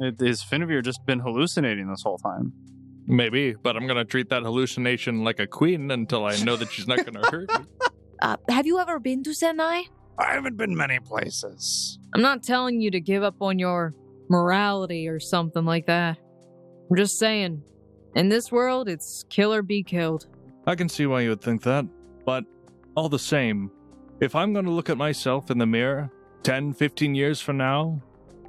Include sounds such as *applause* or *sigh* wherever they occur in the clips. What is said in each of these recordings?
It, has Finavir just been hallucinating this whole time? Maybe, but I'm gonna treat that hallucination like a queen until I know that she's not gonna hurt me. Uh, have you ever been to Senai? I haven't been many places. I'm not telling you to give up on your morality or something like that. I'm just saying, in this world, it's kill or be killed. *laughs* I can see why you would think that, but all the same, if I'm gonna look at myself in the mirror 10, 15 years from now,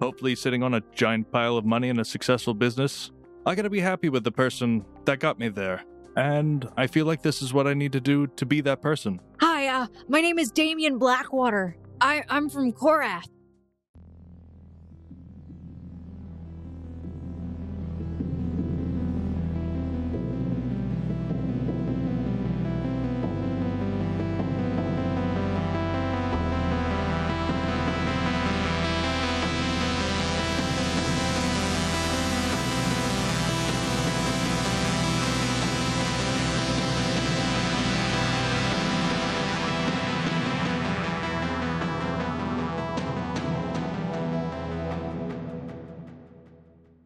hopefully sitting on a giant pile of money in a successful business, I gotta be happy with the person that got me there. And I feel like this is what I need to do to be that person. Hi, uh, my name is Damien Blackwater. I, I'm from Korath.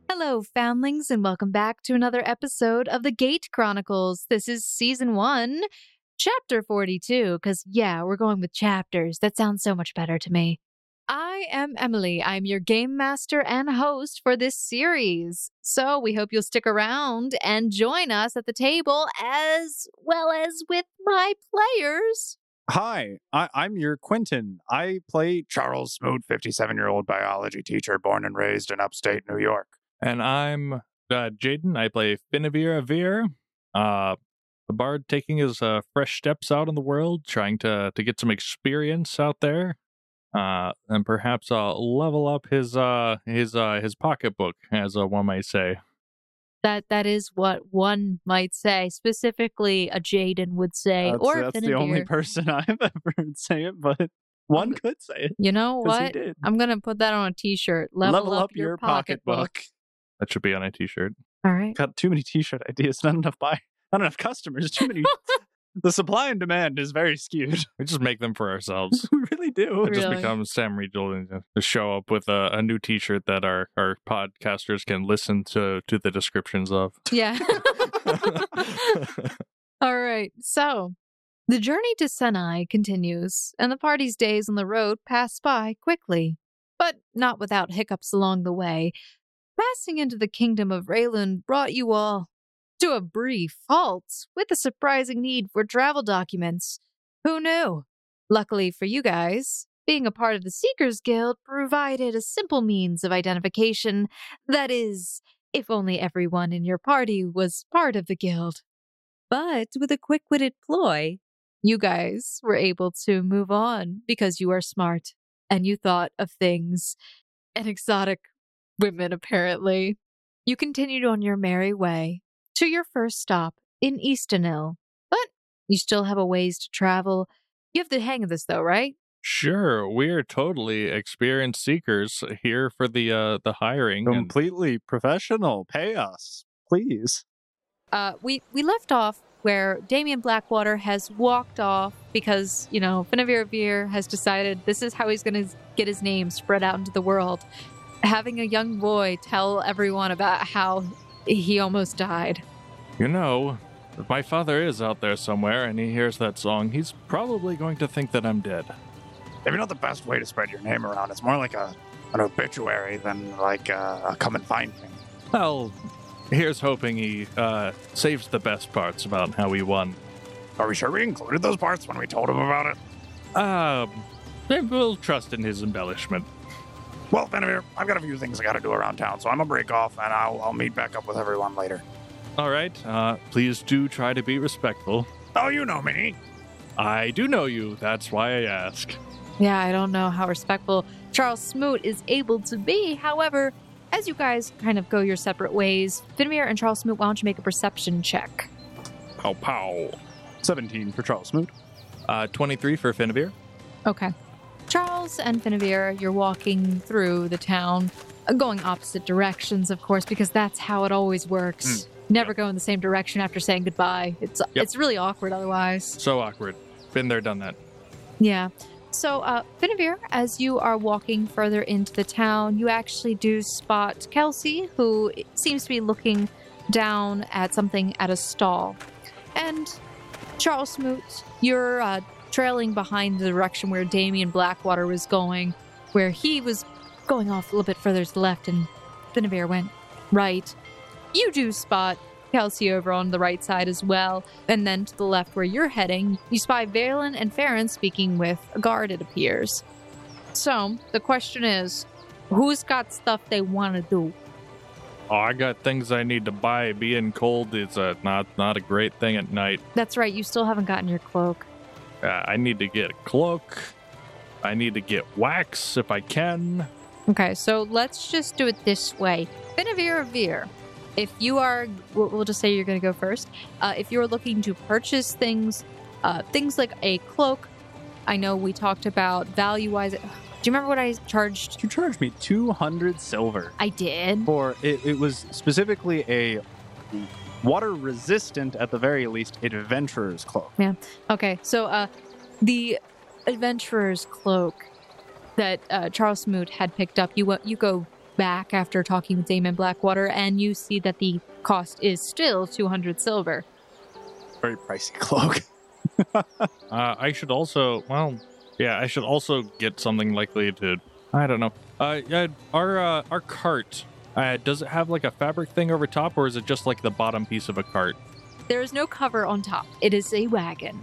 Hello, foundlings, and welcome back to another episode of the Gate Chronicles. This is season one, chapter 42, because, yeah, we're going with chapters. That sounds so much better to me. I am Emily. I'm your game master and host for this series. So we hope you'll stick around and join us at the table as well as with my players. Hi, I, I'm your Quentin. I play Charles Smoot, 57 year old biology teacher born and raised in upstate New York. And I'm uh, Jaden. I play Finavir Avir, uh, the bard taking his uh, fresh steps out in the world, trying to, to get some experience out there, uh, and perhaps uh, level up his uh, his uh, his pocketbook, as uh, one might say. That that is what one might say, specifically a Jaden would say, that's or a that's the only Finavir. *laughs* person I've ever heard say it, but one could say it. You know 'cause he what? did. I'm gonna put that on a T-shirt. Level, up, your, pocketbook. That should be on a t-shirt. All right. Got too many T-shirt ideas. Not enough buy. Not enough customers. Too *laughs* many. the supply and demand is very skewed. *laughs* We just make them for ourselves. we really do. It just Really? becomes Sam Regal and uh, to show up with a, a new T-shirt that our, our podcasters can listen to to the descriptions of. *laughs* Yeah. *laughs* All right. So the journey to Senai continues, and the party's days on the road pass by quickly, but not without hiccups along the way. Passing into the kingdom of Raylan brought you all to a brief halt with a surprising need for travel documents. Who knew? Luckily for you guys, being a part of the Seekers Guild provided a simple means of identification that is, if only everyone in your party was part of the guild. But with a quick witted ploy, you guys were able to move on because you are smart and you thought of things and exotic women, apparently. You continued on your merry way to your first stop in Eastonhill, but you still have a ways to travel. You have the hang of this, though, right? Sure, we are totally experienced seekers here for the uh the hiring. and- Completely professional. Pay us, please. Uh, we we left off where Damien Blackwater has walked off because you know Finavir Beer has decided this is how he's going to get his name spread out into the world. Having a young boy tell everyone about how he almost died. you know, if my father is out there somewhere and he hears that song, he's probably going to think that I'm dead. Maybe not the best way to spread your name around. It's more like a an obituary than like a, a come and find me. Well, here's hoping he uh saves the best parts about how he won. Are we sure we included those parts when we told him about it? Um we'll trust in his embellishment. Well, Benavir, I've got a few things I got to do around town, so I'm gonna break off and I'll, I'll meet back up with everyone later. All right. Uh, please do try to be respectful. Oh, you know me. I do know you. That's why I ask. Yeah, I don't know how respectful Charles Smoot is able to be. However, as you guys kind of go your separate ways, Finavir and Charles Smoot, why don't you make a perception check? Pow pow. 17 for Charles Smoot. Uh, 23 for Finavir. Okay. Charles and Finavir, you're walking through the town, uh, going opposite directions, of course, because that's how it always works. Mm. Never go in the same direction after saying goodbye. It's Yep. it's really awkward otherwise. So awkward. Been there, done that. Yeah. So, uh, Finavir, as you are walking further into the town, you actually do spot Kelsey, who seems to be looking down at something at a stall. And Charles Smoot, you're uh, trailing behind the direction where Damien Blackwater was going, where he was going off a little bit further to the left, and Finavir went right. You do spot Kelsey over on the right side as well, and then to the left where you're heading, you spy Valen and Farron speaking with a guard, it appears. So, the question is who's got stuff they want to do? Oh, I got things I need to buy. Being cold is a, not not a great thing at night. That's right, you still haven't gotten your cloak. Uh, I need to get a cloak. I need to get wax if I can. Okay, so let's just do it this way. Benavir Veer, if you are, we'll, we'll just say you're going to go first. Uh, if you're looking to purchase things, uh, things like a cloak, I know we talked about value wise. Do you remember what I charged? You charged me 200 silver I did. for it, it was specifically a water resistant, at the very least, adventurer's cloak. Okay, so uh, the adventurer's cloak that uh, Charles Smoot had picked up, you you go back after talking with Damon Blackwater, and you see that the cost is still two hundred silver. Very pricey *laughs* cloak. Uh, I should also, well, yeah, I should also get something likely to. I don't know. Uh, yeah, our uh, our cart. Uh, does it have like a fabric thing over top, or is it just like the bottom piece of a cart, There is no cover on top. It is a wagon.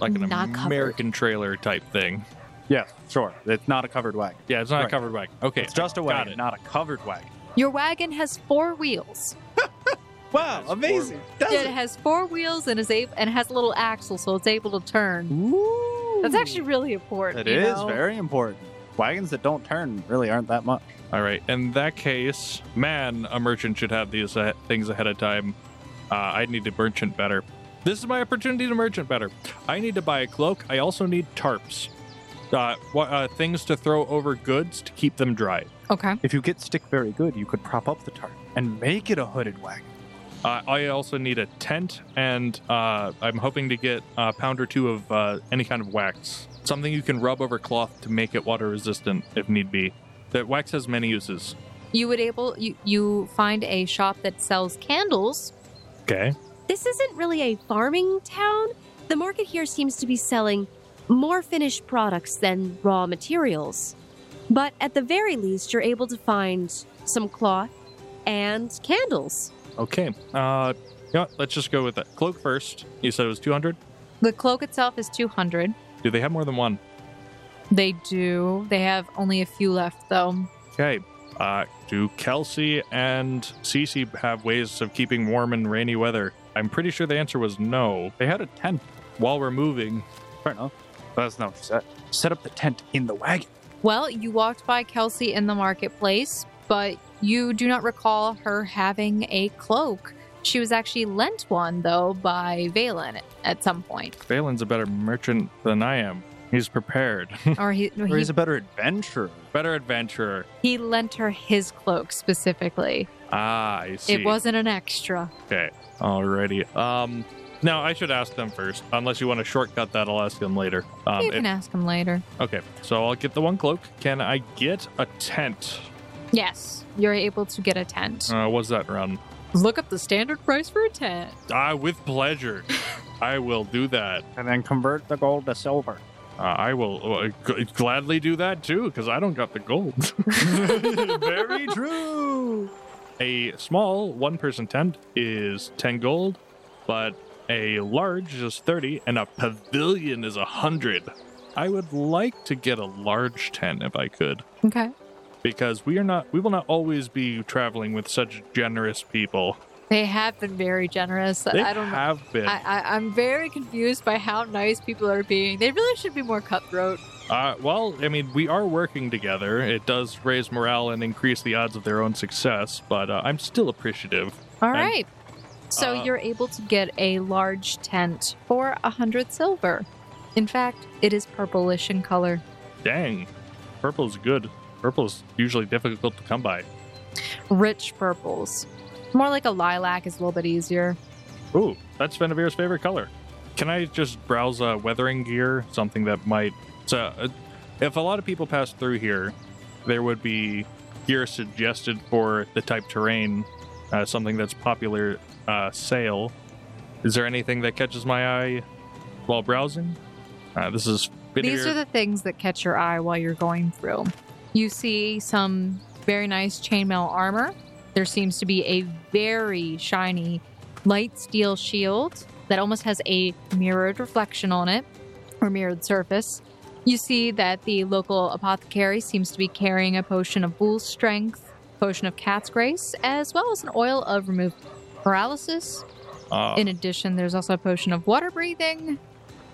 like an Not covered. American trailer type thing? Yeah, sure. It's not a covered wagon. Yeah, it's not a Right. covered wagon. Okay, It's just a got wagon, it. not a covered wagon. Your wagon has four wheels. Wow, That's amazing. Does It it? has four wheels and is able and has a little axle, so it's able to turn. Ooh. That's actually really important. It you is know? very important. Wagons that don't turn really aren't that much. All right. In that case, man, a merchant should have these uh, things ahead of time. Uh, I need to merchant better. This is my opportunity to merchant better. I need to buy a cloak. I also need tarps, uh, wha- uh, things to throw over goods to keep them dry. Okay. If you get stick very good, you could prop up the tarp and make it a hooded wagon. Uh, I also need a tent, and uh, I'm hoping to get a pound or two of uh, any kind of wax, something you can rub over cloth to make it water resistant if need be. That wax has many uses. You would able you you find a shop that sells candles. Okay. This isn't really a farming town. The market here seems to be selling more finished products than raw materials. But at the very least, you're able to find some cloth and candles. Okay. Uh, yeah, let's just go with that. Cloak first. You said it was 200. The cloak itself is two hundred. Do they have more than one? They do. They have only a few left though. Okay. Uh, do Kelsey and Cece have ways of keeping warm in rainy weather? I'm pretty sure the answer was no. They had a tent. While we're moving, Fair enough. That's not what she said. Set up the tent in the wagon. Well, you walked by Kelsey in the marketplace, but you do not recall her having a cloak. She was actually lent one though by Valen at some point, Valen's a better merchant than I am. He's prepared. *laughs* or he Or he, he's a better adventurer. better adventurer. he lent her his cloak specifically. Ah, I see. It wasn't an extra. Okay. Alrighty. Um, now I should ask them first. Unless you want to shortcut that, I'll ask them later. Um, you if- can ask him later. okay. So I'll get the one cloak. Can I get a tent? Yes, you're able to get a tent. Uh, what's that around? Look up the standard price for a tent. Ah, with pleasure. I will do that. And then convert the gold *laughs* to silver. Uh, I will uh, g- gladly do that too, because I don't got the gold. *laughs* Very true. a small one person tent is 10 gold, but a large is 30, and a pavilion is 100. I would like to get a large tent if I could, Okay. because we are not, we will not always be traveling with such generous people. They have been very generous. They I don't know. have been. I, I, I'm very confused by how nice people are being. They really should be more cutthroat. Uh, well, I mean, we are working together. It does raise morale and increase the odds of their own success, but uh, I'm still appreciative. All And- right. So Uh, you're able to get a large tent for a hundred silver. In fact, it is purplish in color. Dang, purple's good. Purple's usually difficult to come by. Rich purples. More like a lilac is a little bit easier. Ooh, that's Venevir's favorite color. Can I just browse uh, weathering gear? Something that might So, uh, if a lot of people pass through here, there would be gear suggested for the type terrain, uh, something that's popular uh, sale. Is there anything that catches my eye while browsing? Uh, this is These are the things that catch your eye while you're going through. You see some very nice chainmail armor. There seems to be a very shiny light steel shield that almost has a mirrored reflection on it or mirrored surface. You see that the local apothecary seems to be carrying a potion of bull strength, potion of cat's grace, as well as an oil of removed paralysis, uh, in addition, there's also a potion of water breathing.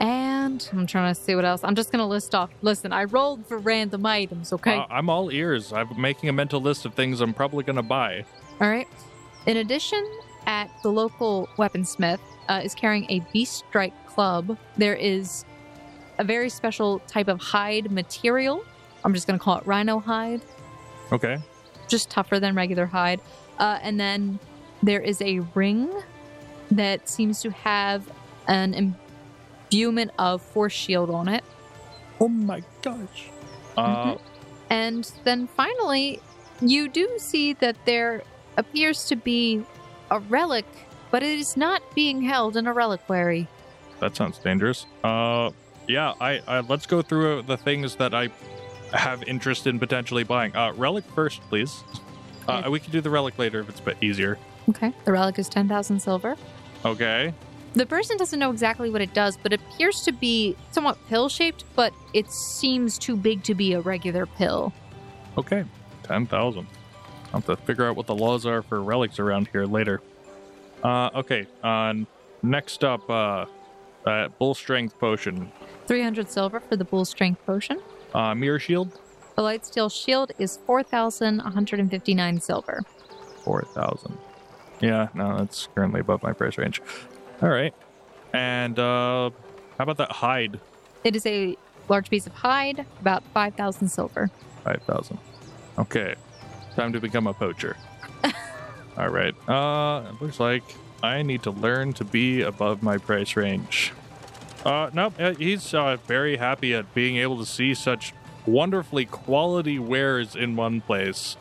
And I'm trying to see what else. I'm just going to list off. Listen, I rolled for random items, okay? Uh, I'm all ears. I'm making a mental list of things I'm probably going to buy. All right. In addition, at the local weaponsmith uh, is carrying a beast strike club. There is a very special type of hide material. I'm just going to call it rhino hide. Okay. just tougher than regular hide. Uh, and then there is a ring that seems to have an imbuement of force shield on it. Oh my gosh. Mm-hmm. Uh, And then finally, you do see that there appears to be a relic, but it is not being held in a reliquary. That sounds dangerous. Uh, yeah. I, I let's go through the things that I have interest in potentially buying. Uh, relic first, please. Uh, we can do the relic later if it's a bit easier. Okay. The relic is 10,000 silver. Okay. The person doesn't know exactly what it does, but it appears to be somewhat pill shaped, but it seems too big to be a regular pill. Okay. Ten thousand. I'll have to figure out what the laws are for relics around here later. Uh, okay. Uh, next up, uh, uh, bull strength potion. 300 silver for the bull strength potion. Uh, mirror shield. The light steel shield is 4,159 silver. four thousand. Yeah, no, that's currently above my price range. All right, and uh, how about that hide It is a large piece of hide, about 5,000 silver. five thousand? Okay, time to become a poacher. All right, uh, it looks like I need to learn to be above my price range. Uh, no, uh, he's uh, very happy at being able to see such wonderfully quality wares in one place.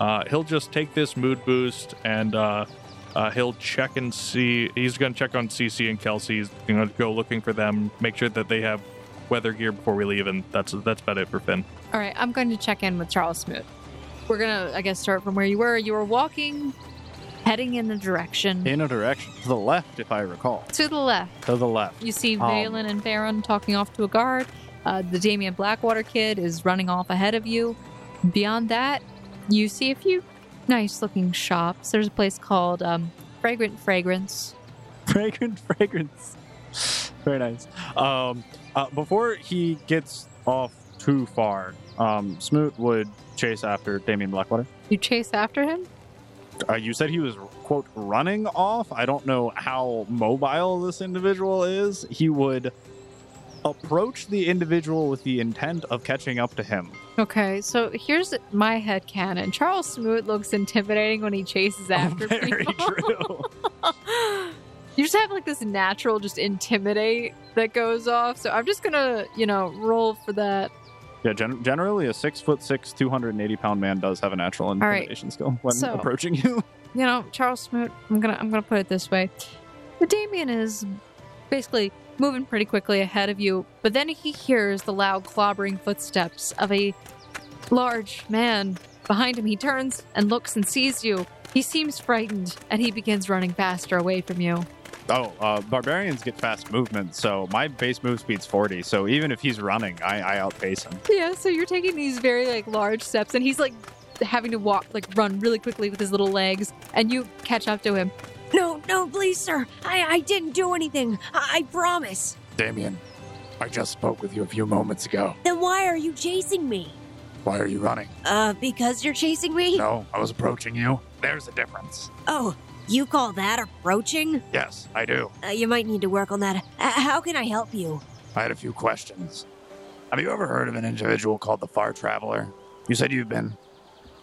Uh, he'll just take this mood boost and uh, uh, he'll check and see. He's going to check on CC and Kelsey. He's going to go looking for them, make sure that they have weather gear before we leave, and that's that's about it for Finn. All right, I'm going to check in with Charles Smoot. We're going to, I guess, start from where you were. You were walking, heading in the direction In a direction to the left, if I recall. to the left. To the left. You see Um, Valen and Farron talking off to a guard. Uh, the Damien Blackwater kid is running off ahead of you. Beyond that, you see a few nice looking shops. There's a place called um, Fragrant Fragrance. fragrant *laughs* fragrance. Very nice. Um, uh, before he gets off too far, um, Smoot would chase after Damien Blackwater. You chase after him? Uh, you said he was quote running off. I don't know how mobile this individual is. He would approach the individual with the intent of catching up to him. Okay, so here's my head canon. Charles Smoot looks intimidating when he chases *laughs* after Oh, Very people. *laughs* true. you just have like this natural just intimidate that goes off. So I'm just gonna, you know, roll for that. Yeah, gen- generally a six foot six, two hundred and eighty pound man does have a natural right. intimidation skill when So- approaching you. You know, Charles Smoot, I'm gonna I'm gonna put it this way. The Damien is basically moving pretty quickly ahead of you, but then he hears the loud clobbering footsteps of a large man behind him. He turns and looks and sees you. He seems frightened and he begins running faster away from you. Oh, uh, barbarians get fast movement, so my base move speed's 40. So even if he's running, I, I outpace him. Yeah, so you're taking these very like large steps and he's like having to walk like run really quickly with his little legs and you catch up to him. *laughs* No, no, please, sir. I, I didn't do anything. I, I promise. Damien, I just spoke with you a few moments ago. Then why are you chasing me? Why are you running? Uh, because you're chasing me? No, I was approaching you. There's a difference. Oh, you call that approaching? Yes, I do. Uh, you might need to work on that. Uh, how can I help you? I had a few questions. Have you ever heard of an individual called the Far Traveler? You said you've been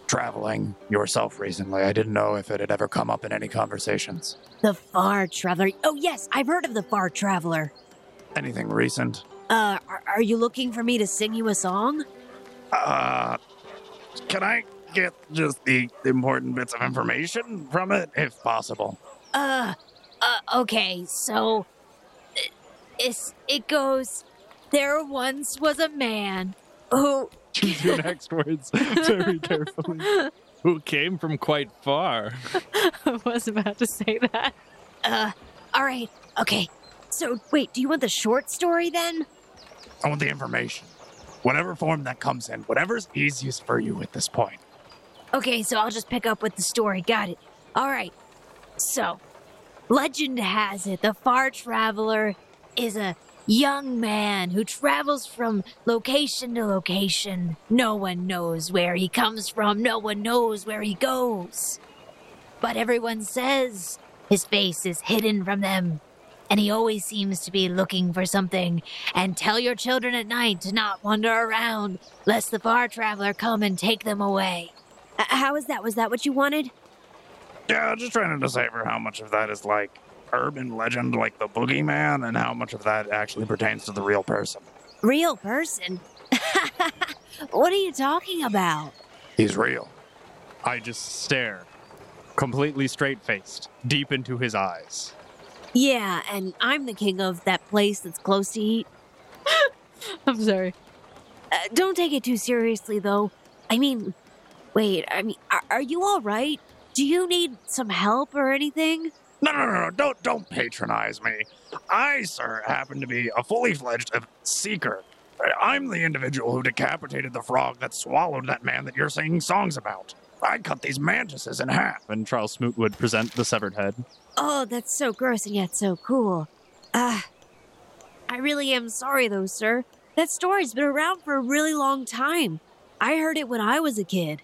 traveling yourself recently. I didn't know if it had ever come up in any conversations. The Far Traveler. Oh, yes, I've heard of the Far Traveler. Anything recent? Uh, are, are you looking for me to sing you a song? Uh, can I get just the important bits of information from it, if possible? Uh, uh okay, so it, it's, it goes There once was a man who Choose your *laughs* next words very carefully. Who came from quite far? I was about to say that. *laughs* Uh, all right. Okay. So, wait, do you want the short story then? I want Oh, the information. Whatever form that comes in, whatever's easiest for you at this point. Okay, so I'll just pick up with the story. Got it. All right. So, legend has it the Far Traveler is a young man who travels from location to location. No one knows where he comes from, no one knows where he goes. But everyone says his face is hidden from them, and he always seems to be looking for something. And tell your children at night to not wander around, lest the far traveler come and take them away. Uh, how is that? Was that what you wanted? Yeah, just trying to decipher how much of that is like urban legend, like the boogeyman, and how much of that actually pertains to the real person. Real person? *laughs* what are you talking about? He's real. I just stare, completely straight faced, deep into his eyes. Yeah, and I'm the king of that place that's close to eat. I'm sorry. Uh, don't take it too seriously, though. I mean, wait, I mean, are, are you all right? Do you need some help or anything? No, no, no, no! Don't, don't patronize me. I, sir, happen to be a fully fledged seeker. I'm the individual who decapitated the frog that swallowed that man that you're singing songs about. I cut these mantises in half. When Charles Smoot would present the severed head. Oh, that's so gross and yet so cool. Ah, I really am sorry, though, sir. That story's been around for a really long time. I heard it when I was a kid.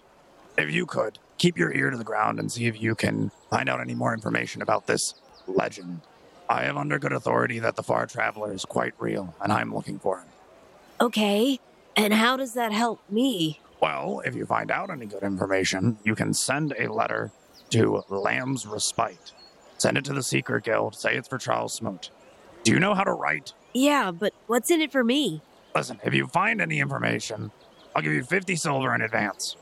If you could, keep your ear to the ground and see if you can find out any more information about this legend. I have under good authority that the Far Traveler is quite real, and I'm looking for him. Okay, and how does that help me? Well, if you find out any good information, you can send a letter to Lamb's Respite. Send it to the Seeker Guild. Say it's for Charles Smoot. Do you know how to write? Yeah, but what's in it for me? Listen, if you find any information, I'll give you 50 silver in advance.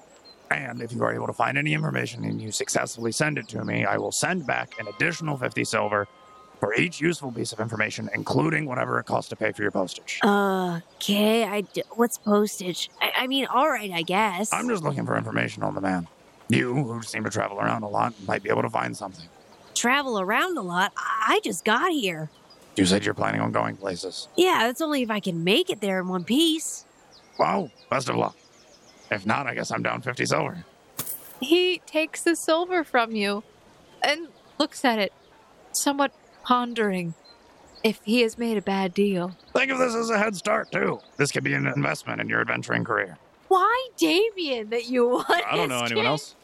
And if you are able to find any information and you successfully send it to me, I will send back an additional 50 silver for each useful piece of information, including whatever it costs to pay for your postage. Uh, okay, I d- what's postage? I, I mean, all right, I guess. I'm just looking for information on the man. You, who seem to travel around a lot, might be able to find something. travel around a lot. I, I just got here. You said you're planning on going places. Yeah, that's only if I can make it there in one piece. Well, best of luck. If not, I guess I'm down 50 silver. He takes the silver from you and looks at it, somewhat pondering if he has made a bad deal. Think of this as a head start, too. This could be an investment in your adventuring career. Why Damien that you *laughs* want? I don't know this anyone kid? else.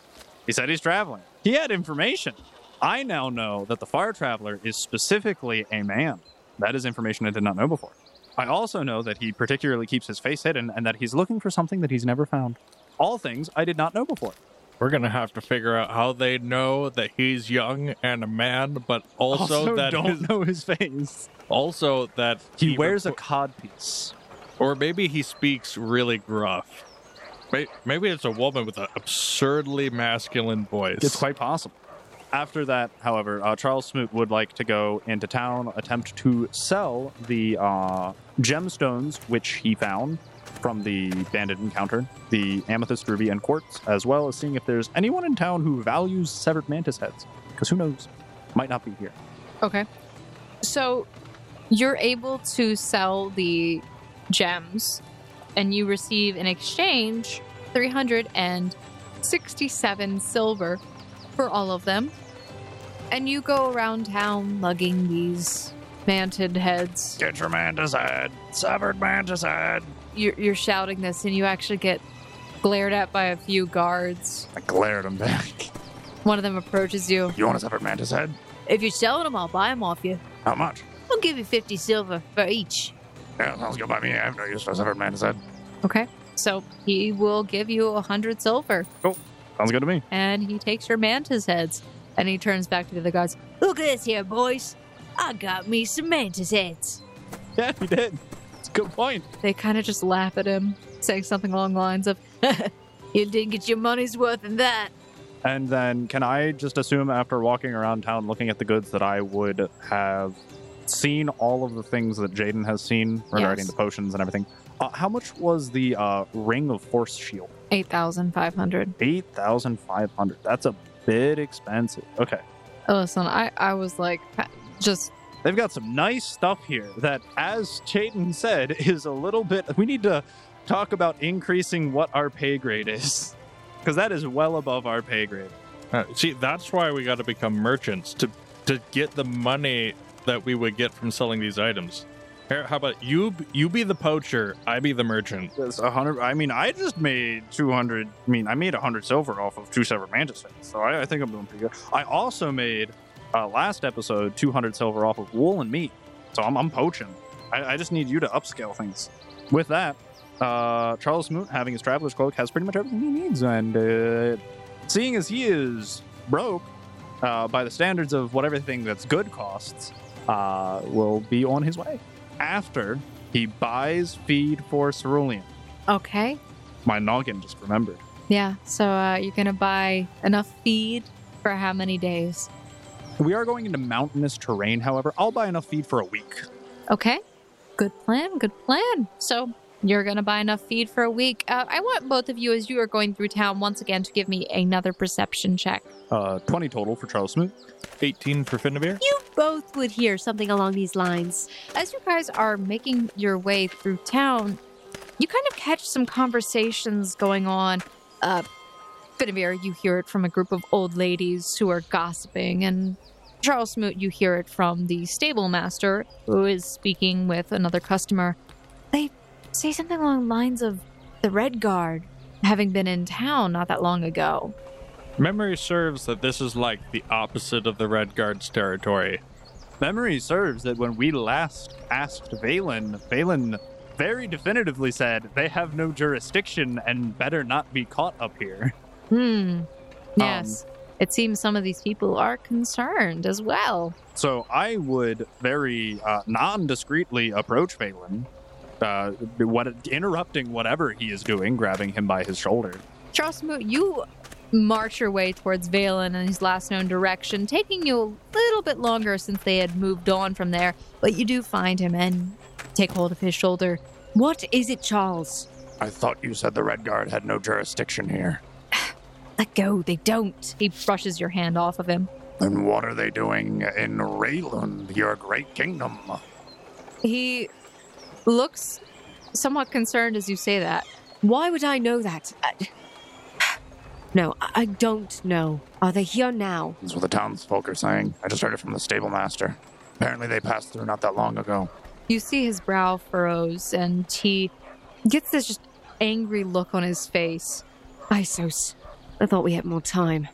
He said he's traveling. He had information. I now know that the Fire Traveler is specifically a man. That is information I did not know before. I also know that he particularly keeps his face hidden and that he's looking for something that he's never found. All things I did not know before. We're gonna have to figure out how they know that he's young and a man, but also, that don't his- know his face. also that He, wears a reco- codpiece. or maybe he speaks really gruff. May- Maybe it's a woman with an absurdly masculine voice. It's quite possible. After that, however, uh, Charles Smoot would like to go into town, attempt to sell the uh, gemstones which he found from the bandit encounter, the amethyst, ruby, and quartz, as well as seeing if there's anyone in town who values severed mantis heads. Because who knows? Might not be here. Okay. So you're able to sell the gems and you receive in exchange 367 silver for all of them. And you go around town lugging these mantid heads. Get your mantis head. Severed mantis head. You're, you're shouting this and you actually get glared at by a few guards. I glared him back. *laughs* One of them approaches you. You want a severed mantis head? If you're selling them, I'll buy them off you. How much? I'll give you 50 silver for each. Yeah, sounds good by me. I have no use for a severed mantis head. Okay. So he will give you a hundred silver Sounds good to me. and he takes your mantis heads and he turns back to the other guys. Look at this here, boys. I got me some mantis heads. Yeah, he did. It's Good point. They kind of just laugh at him, saying something along the lines of, *laughs* You didn't get your money's worth in that. And then can I just assume after walking around town looking at the goods that I would have seen all of the things that Jaden has seen regarding Yes. the potions and everything? Uh, how much was the uh, ring of force shield? 8,500. Eight thousand five hundred. That's a bit expensive. Okay, Oh, Listen, I, I was like, pa- just they've got some nice stuff here. That, as Jaden said, *laughs* is a little bit. We need to talk about increasing what our pay grade is, because that is well above our pay grade. Uh, see, that's why we got to become merchants to to get the money that we would get from selling these items. Here, how about you? b- You be the poacher, I be the merchant. That's a hundred. I mean, I just made two hundred. I mean, I made a hundred silver off of two separate mantis heads, so I, I think I'm doing pretty good. I also made uh, last episode two hundred silver off of wool and meat, so I'm, I'm poaching. I, I just need you to upscale things. With that, uh, Charles Smoot having his traveler's cloak has pretty much everything he needs, and uh, seeing as he is broke uh, by the standards of what everything that's good costs, uh, will be on his way after he buys feed for Cerulean. Okay. My noggin just remembered. Yeah. So uh, you're going to buy enough feed for how many days? We are going into mountainous terrain, however. I'll buy enough feed for a week. Okay. Good plan. Good plan. So you're going to buy enough feed for a week. Uh, I want both of you, as you are going through town, once again to give me another perception check. Uh, 20 total for Charles Smoot. Eighteen for Finnevere. You both would hear something along these lines. As you guys are making your way through town, you kind of catch some conversations going on. Uh, Benavir, you hear it from a group of old ladies who are gossiping, and Charles Smoot, you hear it from the stable master who is speaking with another customer. They say something along the lines of the Red Guard having been in town not that long ago. Memory serves that this is like the opposite of the Red Guard's territory. Memory serves that when we last asked Valen, Valen very definitively said they have no jurisdiction and better not be caught up here. Hmm. Yes. it seems some of these people are concerned as well. So I would very uh, non discreetly approach Valen, uh, what, interrupting whatever he is doing, grabbing him by his shoulder. Charles Moot, you march your way towards Valen and his last known direction, taking you a little bit longer since they had moved on from there, but you do find him and take hold of his shoulder. What is it, Charles? I thought you said the Red Guard had no jurisdiction here. Let go, they don't. He brushes your hand off of him. Then what are they doing in Raylund, your great kingdom? He looks somewhat concerned as you say that. Why would I know that? I- *sighs* No, I I don't know. Are they here now? That's what the townsfolk are saying. I just heard it from the stable master. Apparently, they passed through not that long ago. You see his brow furrows and he gets this just angry look on his face. Isos. I thought we had more time.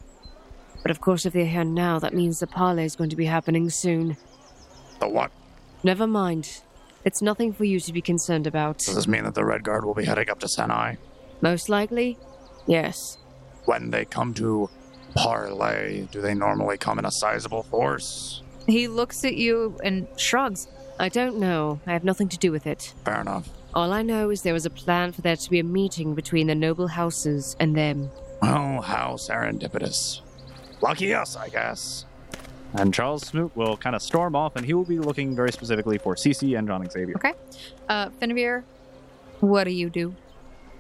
But of course, if they're here now, that means the parley is going to be happening soon. The what? Never mind. It's nothing for you to be concerned about. Does this mean that the Red Guard will be heading up to Senai? Most likely, yes. When they come to Parlay, do they normally come in a sizable force? He looks at you and shrugs. I don't know. I have nothing to do with it. Fair enough. All I know is there was a plan for there to be a meeting between the noble houses and them. Oh, how serendipitous. Lucky us, I guess. And Charles Smoot will kind of storm off, and he will be looking very specifically for Cece and John Xavier. Uh, Finnevere, what do you do?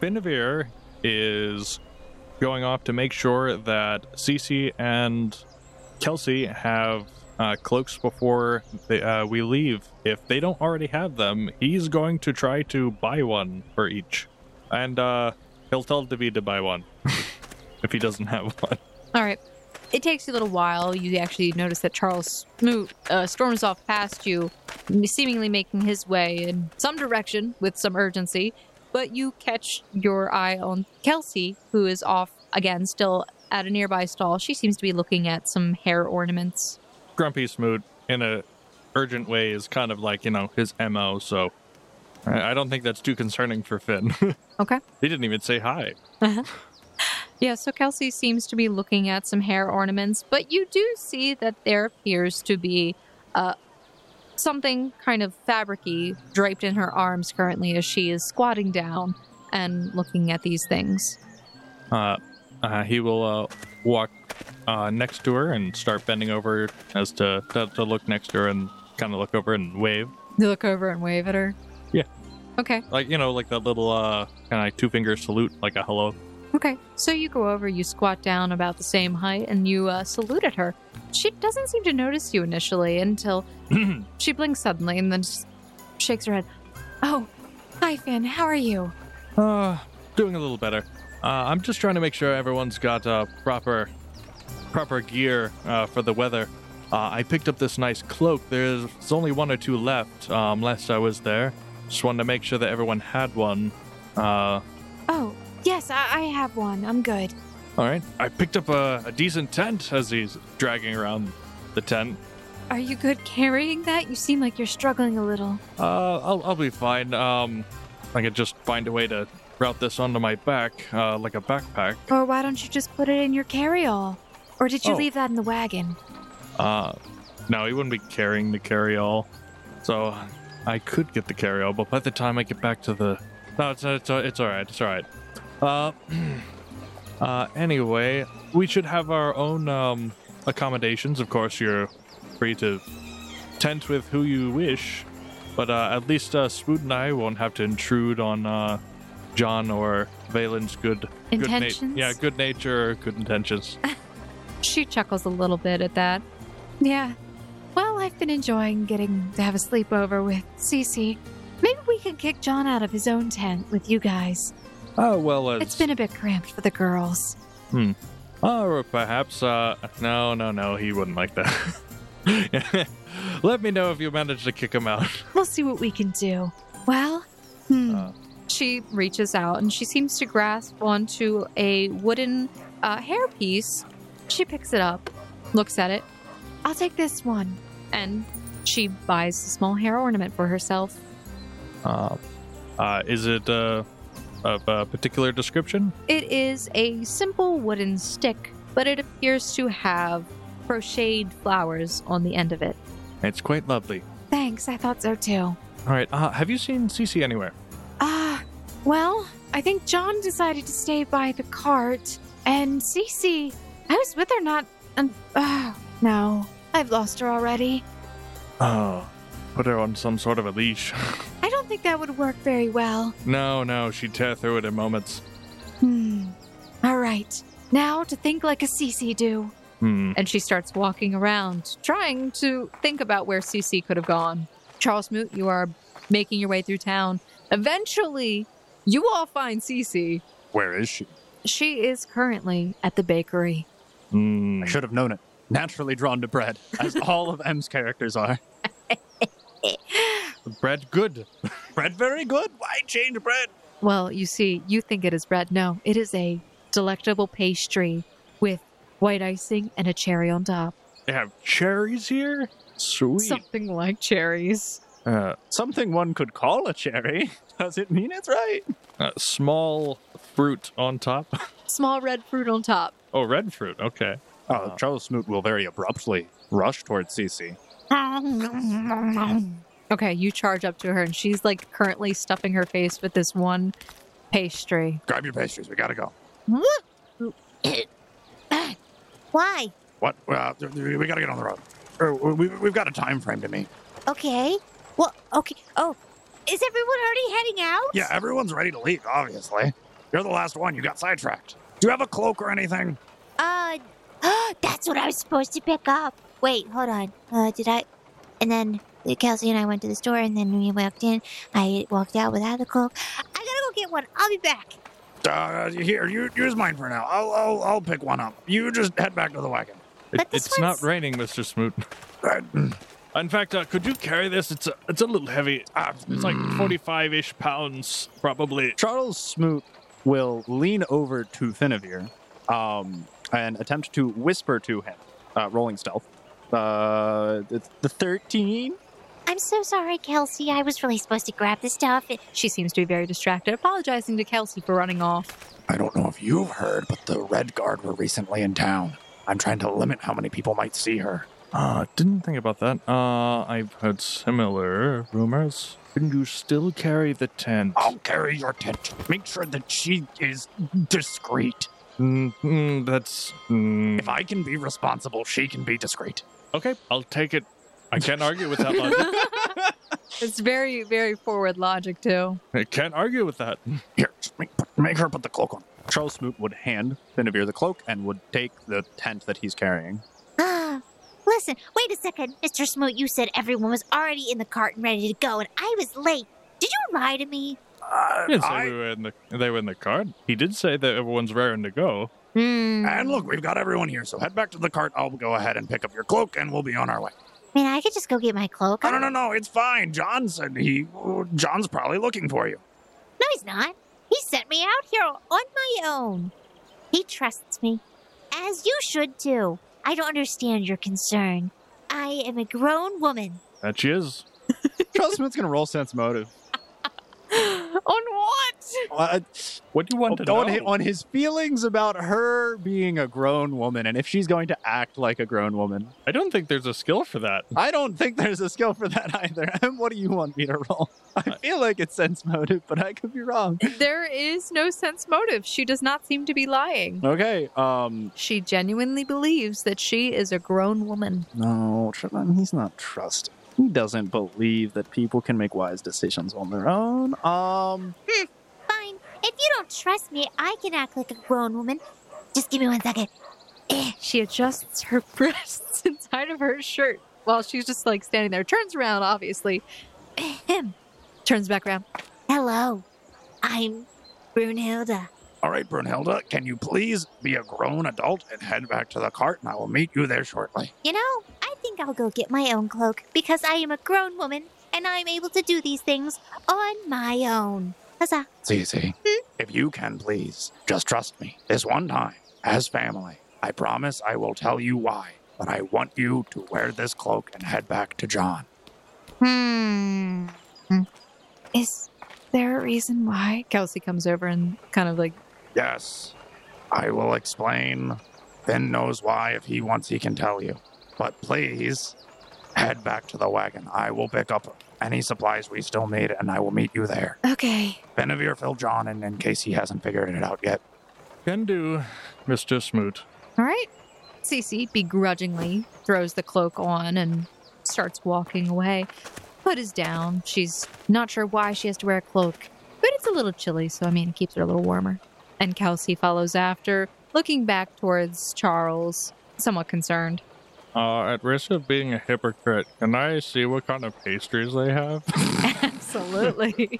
Finnevere is going off to make sure that Cece and Kelsey have uh, cloaks before they, uh, we leave. If they don't already have them, he's going to try to buy one for each. And uh, he'll tell David to buy one *laughs* if he doesn't have one. All right. It takes you a little while. You actually notice that Charles Smoot uh, storms off past you, seemingly making his way in some direction with some urgency. But you catch your eye on Kelsey, who is off again, still at a nearby stall. She seems to be looking at some hair ornaments. Grumpy Smoot, in a urgent way, is kind of like, you know, his MO, so I I don't think that's too concerning for Finn. *laughs* Okay. he didn't even say hi. Yeah, so Kelsey seems to be looking at some hair ornaments, but you do see that there appears to be uh, something kind of fabricy draped in her arms currently as she is squatting down and looking at these things. Uh, uh, he will uh, walk uh, next to her and start bending over as to, to, to look next to her and kind of look over and wave. You look over and wave at her. Yeah. Okay. Like, you know, like that little uh, kind of like two finger salute, like a hello. Okay. So you go over, you squat down about the same height, and you uh, salute at her. She doesn't seem to notice you initially until she blinks suddenly and then just shakes her head. Oh, hi, Finn. How are you? Uh, doing a little better. Uh, I'm just trying to make sure everyone's got uh, proper proper gear uh, for the weather. Uh, I picked up this nice cloak. There's, there's only one or two left. Um, last I was there, just wanted to make sure that everyone had one. Uh, Oh, yes, I, I have one. I'm good. all right. I picked up a, a decent tent as he's dragging around the tent. Are you good carrying that? You seem like you're struggling a little. Uh, I'll, I'll be fine. Um, I could just find a way to route this onto my back, uh, like a backpack. Or why don't you just put it in your carry-all? Or did you Oh. leave that in the wagon? Uh, no, he wouldn't be carrying the carryall, so I could get the carryall. But by the time I get back to the, no, it's it's it's all right. It's all right. Uh, *clears throat* uh. Anyway, we should have our own um accommodations. Of course, you're free to tent with who you wish, but uh, at least uh, Smoot and I won't have to intrude on uh, John or Valen's good Good Intentions? na- yeah, good nature, *laughs* good intentions. She chuckles a little bit at that. Yeah. Well, I've been enjoying getting to have a sleepover with Cece. Maybe we can kick John out of his own tent with you guys. Oh well, It's been a bit cramped for the girls. Or perhaps, uh, no, no, no, he wouldn't like that. *laughs* Let me know if you manage to kick him out. *laughs* We'll see what we can do. Well, hmm. Uh, She reaches out and she seems to grasp onto a wooden uh, hairpiece. She picks it up, looks at it, I'll take this one. and she buys a small hair ornament for herself. Uh, uh, is it uh, of a particular description? It is a simple wooden stick, but it appears to have crocheted flowers on the end of it. It's quite lovely. Thanks, I thought so too. All right, uh, have you seen Cece anywhere? Ah, well, I think John decided to stay by the cart, and Cece, I was with her not. And oh no, I've lost her already. Oh, put her on some sort of a leash. I don't think that would work very well. *laughs* no, no, she'd tear through it in moments. Hmm. All right, now to think like a Cece do. Hmm. And she starts walking around, trying to think about where Cece could have gone. Charles Moot, you are making your way through town. Eventually, you all find Cece. Where is she? She is currently at the bakery. Hmm. I should have known it. Naturally drawn to bread, *laughs* as all of M's characters are. Bread, good. Bread very good. Why change bread? Well, you see, you think it is bread. No, it is a delectable pastry with white icing and a cherry on top. They have cherries here. Sweet. Something like cherries. uh, Something one could call a cherry. *laughs* Does it mean it's right? uh, small fruit on top. Small red fruit on top. oh, red fruit. Okay. Oh, Charles Smoot will very abruptly rush towards Cece. Okay, you charge up to her, and she's like currently stuffing her face with this one pastry. Grab your pastries. We gotta go. Why? What? Uh, th- th- we gotta get on the road. Uh, we, we've got a time frame to meet. Okay. Well, okay. Oh, is everyone already heading out? Yeah, everyone's ready to leave, obviously. You're the last one. You got sidetracked. Do you have a cloak or anything? Uh, *gasps* that's what I was supposed to pick up. Wait, hold on. Uh, did I? And then Kelsey and I went to the store, and then we walked in. I walked out without a cloak. I gotta go get one. I'll be back. Uh, here, you, use mine for now. I'll, I'll, I'll pick one up. You just head back to the wagon. It, But this it's one's- not raining, Mr. Smoot. *clears throat* Uh, In fact, uh, could you carry this? It's a, it's a little heavy. Ah, uh, It's like 45 ish pounds, probably. Charles Smoot will lean over to Finavir um, and attempt to whisper to him, uh, rolling stealth. Uh, it's the 13? I'm so sorry, Kelsey. I was really supposed to grab the stuff. It- She seems to be very distracted, apologizing to Kelsey for running off. I don't know if you've heard, but the Red Guard were recently in town. I'm trying to limit how many people might see her. Uh, didn't think about that. Uh, I've heard similar rumors. Can you still carry the tent? I'll carry your tent. Make sure that she is discreet. Mm, mm, that's. mm. If I can be responsible, she can be discreet. Okay, I'll take it. I can't argue *laughs* with that logic. It's very, very forward logic, too. *gasps* I can't argue with *laughs* that. Here, just make, make her put the cloak on. Charles Smoot would hand Finavir the cloak and would take the tent that he's carrying. Ah, listen, wait a second. Mr. Smoot, you said everyone was already in the cart and ready to go, and I was late. Did you lie to me? Uh, He didn't say I- we were in the, they were in the cart. He did say that everyone's raring to go. Hmm. and look, we've got everyone here, so head back to the cart. I'll go ahead and pick up your cloak, and we'll be on our way. I mean, I could just go get my cloak. No, no, no, no, it's fine. John said he. John's probably looking for you. No, he's not. He sent me out here on my own. He trusts me, as you should too. I don't understand your concern. I am a grown woman. That she is. Charles Smoot's gonna roll sense motive. On what? Uh, What do you want to know? on, hi- on his feelings about her being a grown woman and if she's going to act like a grown woman. I don't think there's a skill for that. I don't think there's a skill for that either. *laughs* Em, what do you want me to roll? Uh, I feel like it's sense motive, but I could be wrong. There is no sense motive. She does not seem to be lying. Okay, um, She genuinely believes that she is a grown woman. no, Tr- um, he's not trusting. He doesn't believe that people can make wise decisions on their own. Um, Fine. If you don't trust me, I can act like a grown woman. Just give me one second. She adjusts her *laughs* breasts inside of her shirt while she's just like standing there. Turns around, obviously. Him. Turns back around. Hello. I'm Brunhilda. All right, Brunhilda, can you please be a grown adult and head back to the cart, and I will meet you there shortly. You know, I think I'll go get my own cloak because I am a grown woman and I'm able to do these things on my own. Huzzah. See, see, if you can, please, just trust me. This one time, as family, I promise I will tell you why, but I want you to wear this cloak and head back to John. Hmm. Is there a reason why? Kelsey comes over and kind of like, Yes, I will explain. Finn knows why. If he wants, he can tell you. But please head back to the wagon. I will pick up any supplies we still need and I will meet you there. Okay. Benavir, fill John in in case he hasn't figured it out yet. Can do, Mr. Smoot. all right. Cece begrudgingly throws the cloak on and starts walking away. Hood is down. She's not sure why she has to wear a cloak, but it's a little chilly, so I mean, it keeps her a little warmer. And Kelsey follows after, looking back towards Charles, somewhat concerned. Uh, at risk of being a hypocrite, can I see what kind of pastries they have? *laughs* Absolutely.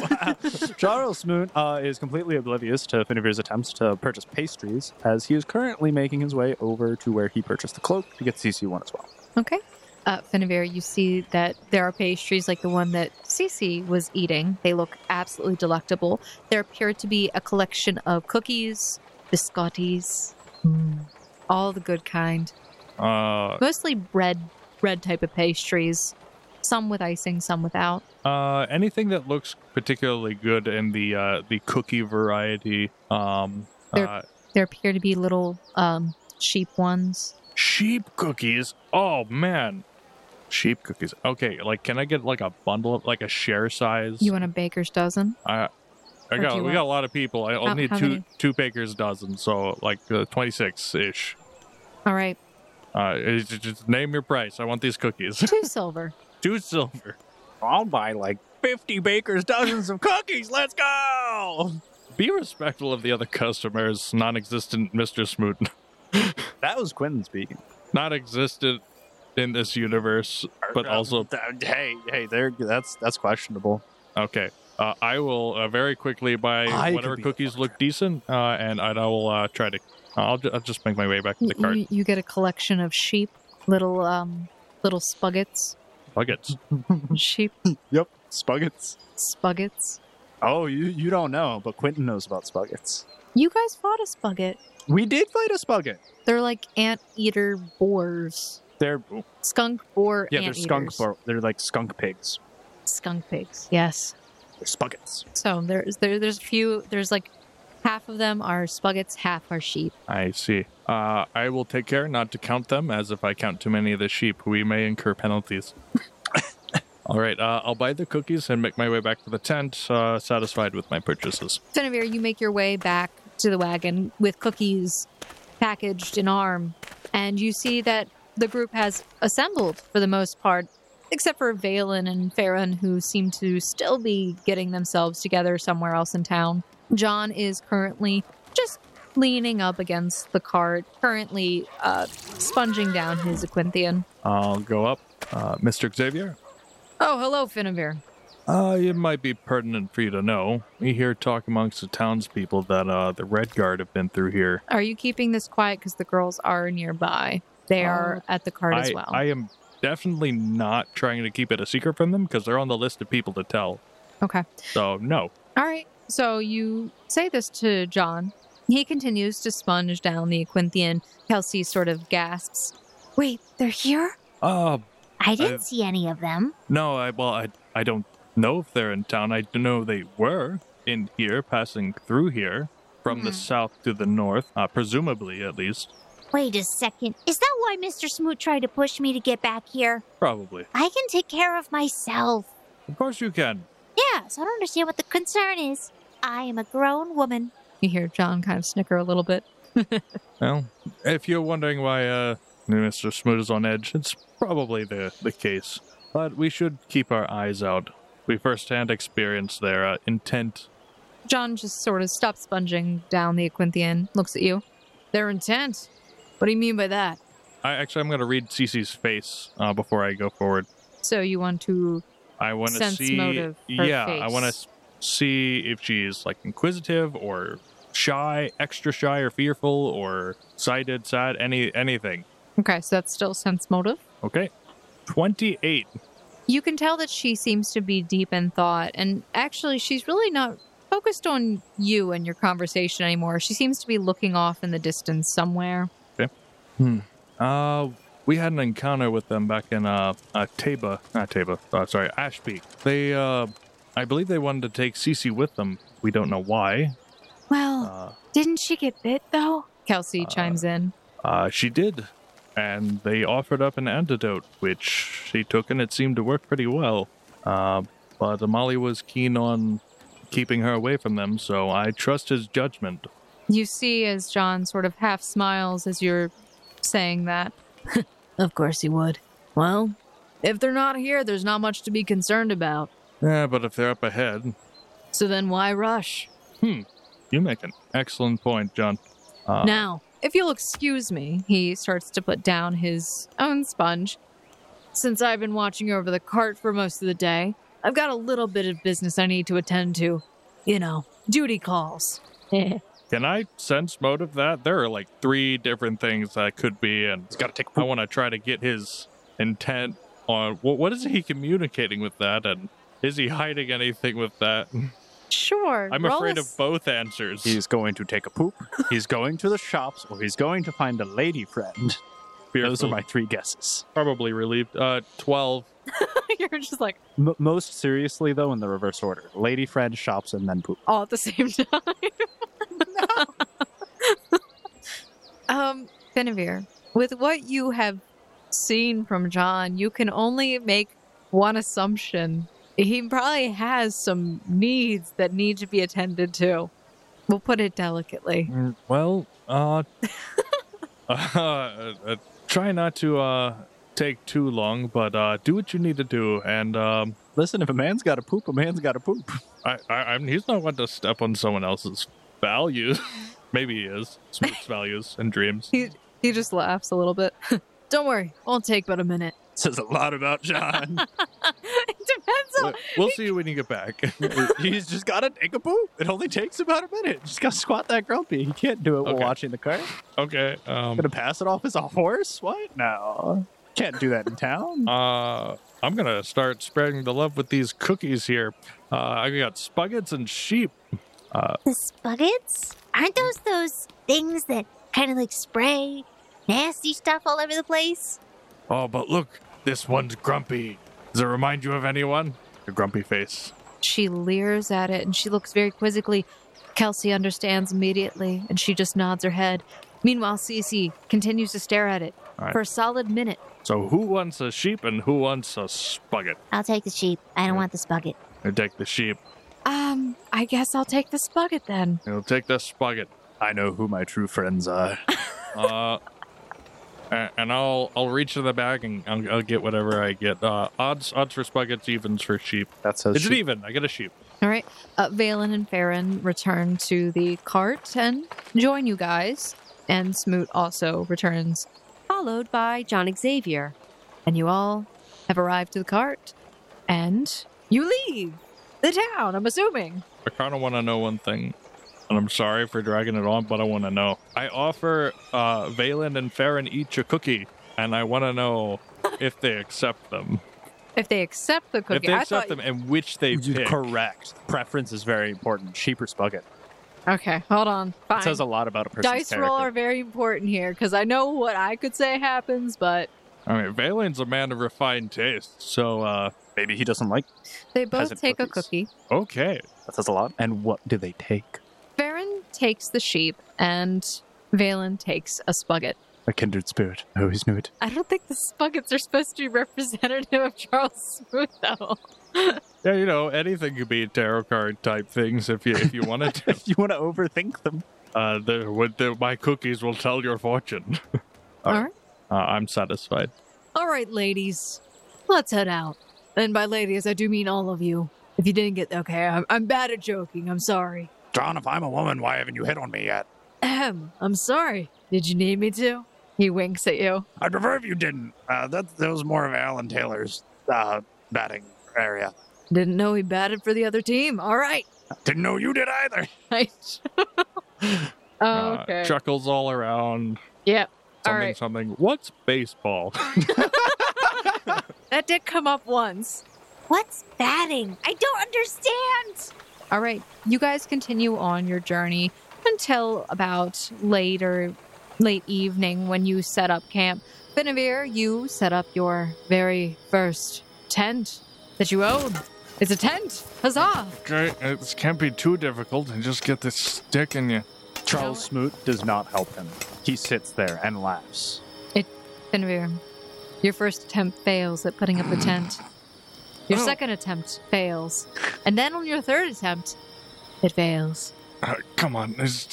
*laughs* Charles Smoot uh, is completely oblivious to Finavir's attempts to purchase pastries, as he is currently making his way over to where he purchased the cloak to get CC one as well. Okay. Uh, Finavir, you see that there are pastries like the one that Cece was eating. They look absolutely delectable. There appear to be a collection of cookies, biscottis, all the good kind. Uh, Mostly bread, bread type of pastries. Some with icing, some without. uh, anything that looks particularly good in the uh, the cookie variety. Um, They're- uh, There appear to be little um, sheep ones. sheep cookies. Oh man, sheep cookies. Okay, like can I get like a bundle, of, like a share size? You want a baker's dozen? I, I Or do got you we got a lot of people. I How- only how need two many? two bakers dozen, so like uh, twenty six ish. All right. Uh, it's just, just name your price. I want these cookies. *laughs* Two silver. two silver. I'll buy like 50 bakers, dozens of cookies. Let's go. Be respectful of the other customers. Non-existent, Mister Smoot. *laughs* That was Quentin speaking. Non-existent in this universe, but Um, also th- hey, hey, there. That's that's questionable. okay. Uh, I will uh, very quickly buy I could whatever be cookies look decent, uh, and, and I will uh, try to. I'll, ju- I'll just make my way back to the cart. You, you get a collection of sheep, little um, little spuggets. Buckets. sheep Yep, spuggets. spuggets. Oh, you you don't know, but Quentin knows about spuggets. You guys fought a spugget. We did fight a spugget. They're like anteater boars. They're Skunk boar yeah, they're anteaters. skunk. bar- They're like skunk pigs. Skunk pigs, yes. They're spuggets. So there's there, there's a few there's like half of them are spuggets, half are sheep. I see. Uh, I will take care not to count them, as if I count too many of the sheep, we may incur penalties. *laughs* All right, uh, I'll buy the cookies and make my way back to the tent, uh, satisfied with my purchases. Guinevere, you make your way back to the wagon with cookies packaged in arm, and you see that the group has assembled for the most part, except for Valen and Farron, who seem to still be getting themselves together somewhere else in town. John is currently just leaning up against the cart, currently uh, sponging down his Aquinthian. I'll go up. Uh, Mr. Xavier, Oh, hello, Finavir. Uh, it might be pertinent for you to know. We hear talk amongst the townspeople that uh, the Red Guard have been through here. Are you keeping this quiet because the girls are nearby? Um, They are at the cart I, as well. I am definitely not trying to keep it a secret from them because they're on the list of people to tell. okay. So, no. All right. So you say this to John. He continues to sponge down the Aquinthian. Kelsey sort of gasps. Wait, they're here? Uh, I didn't I- see any of them. no, I, well, I, I don't know if they're in town. I know they were in here, passing through here from Mm-hmm. the south to the north, uh, presumably at least. Wait a second. Is that why Mr. Smoot tried to push me to get back here? Probably. I can take care of myself. Of course you can. Yeah, so I don't understand what the concern is. I am a grown woman. You hear John kind of snicker a little bit. Well, if you're wondering why uh, Mr. Smoot is on edge, it's probably the, the case. But we should keep our eyes out. We firsthand experience their uh, intent. John just sort of stops sponging down the Aquinthian, looks at you. Their intent? What do you mean by that? I actually, I'm going to read Cece's face uh, before I go forward. So you want to. I want to Sense see. motive, her yeah, I face. want to see if she's like inquisitive or shy, extra shy or fearful or sighted, sad, any anything. Okay, so that's still sense motive. Okay, twenty-eight. you can tell that she seems to be deep in thought and actually she's really not focused on you and your conversation anymore she seems to be looking off in the distance somewhere Uh, we had an encounter with them back in uh, uh Taba, not Taba. Uh, sorry, Ashbeak. They uh, I believe they wanted to take Cece with them. We don't know why. Well, Uh, didn't she get bit though? kelsey chimes in uh, she did, and they offered up an antidote, which she took, and it seemed to work pretty well. Uh, but Amali was keen on keeping her away from them, so I trust his judgment. you see as john sort of half smiles as you're saying that Of course he would. Well, if they're not here, there's not much to be concerned about. Yeah, but if they're up ahead, So then why rush? you make an excellent point, John. Uh, now, if you'll excuse me he starts to put down his own sponge since I've been watching over the cart for most of the day, I've got a little bit of business I need to attend to. You know, duty calls. Can I sense motive that? There are like three different things that could be, and He's got to take a I poop. want to try to get his intent on what, what is he communicating with that, and is he hiding anything with that? sure I'm roll afraid a *laughs* of both answers. He's going to take a poop. he's going to the shops, or he's going to find a lady friend. Those are Fearful. my three guesses. probably relieved. Uh, twelve. you're just like M- most seriously, though, in the reverse order: lady friend, shops, and then poop. all at the *laughs* same time. *laughs* um, Benavir, with what you have seen from John, you can only make one assumption. He probably has some needs that need to be attended to. We'll put it delicately. Mm, Well, *laughs* uh, uh, uh, try not to uh take too long, but uh, do what you need to do, and um, Listen, if a man's got to poop, a man's got to poop. *laughs* I, I, I'm, he's not one to step on someone else's values. *laughs* Maybe he is. Smith's values and dreams. He just laughs a little bit. *laughs* Don't worry, won't take but a minute. Says a lot about John. it depends on We'll, we'll see you when you get back. *laughs* *laughs* he's just got to take a poop. It only takes about a minute. Just got to squat that grumpy. He can't do it while Okay. watching the car. okay. Um, Gonna pass it off as a horse? What? No. Can't do that in town. uh, I'm going to start spreading the love with these cookies here. Uh, I got spuggets and sheep. The spuggets? Aren't those those things that kind of like spray nasty stuff all over the place? Oh, but look, this one's grumpy. Does it remind you of anyone? Your grumpy face. She leers at it and she looks very quizzically. Kelsey understands immediately and she just nods her head. Meanwhile, Cece continues to stare at it Alright. for a solid minute. So who wants a sheep and who wants a spugget? I'll take the sheep. I don't want the bucket. I take the sheep. Um, I guess I'll take this bucket then. I'll take the spugget. I know who my true friends are. Uh, a- and I'll I'll reach in the bag and I'll, I'll get whatever I get. Uh, odds odds for spuggets, evens for sheep. That's how Is it she, even? I get a sheep. All right. Uh, Valen and Farron return to the cart and join you guys. And Smoot also returns, followed by John Xavier. and you all have arrived to the cart, and you leave the town. I'm assuming. I kind of want to know one thing, and I'm sorry for dragging it on, but I want to know. I offer uh, Valen and Farron each a cookie, and I want *laughs* to know if they accept them. If they accept the cookie, if they I accept thought- them, and which they You're pick. correct. Preference is very important. Sheep or spugget. Okay, hold on. Fine. It says a lot about a person's Dice roll are character. very important here because I know what I could say happens, but I mean, Valen's a man of refined taste, so uh, Maybe he doesn't like. they both Peasant take a cookies. cookie. okay. That says a lot. And what do they take? Farron takes the sheep, and Valen takes a spugget. A kindred spirit. I always knew *laughs* it. I don't think the spuggets are supposed to be representative of Charles Smoot, though. Yeah, you know, anything could be tarot card type things if you if you wanted *laughs* to. If you want to overthink them. Uh, the, with the, my cookies will tell your fortune. All Alright. right. Uh, I'm satisfied. All right, ladies, let's head out. And by ladies, I do mean all of you. If you didn't get okay, I'm, I'm bad at joking. I'm sorry. John, if I'm a woman, why haven't you hit on me yet? Ahem, I'm sorry. Did you need me to? He winks at you. I'd prefer if you didn't. Uh, that, that was more of Alan Taylor's uh, batting area. Didn't know he batted for the other team. All right. Didn't know you did either. *laughs* I- Uh, okay. Chuckles all around. Yep. All Something, right. something. What's baseball? That did come up once. What's batting? I don't understand. All right. You guys continue on your journey until about later, late evening when you set up camp. Benevere, you set up your very first tent that you own. It's a tent. Huzzah. okay, it can't be too difficult. You just get this stick in you. Charles Smoot does not help him. He sits there and laughs. Benevere, your first attempt fails at putting up the tent. Your Oh. second attempt fails. And then on your third attempt, it fails. Uh, come on. It's,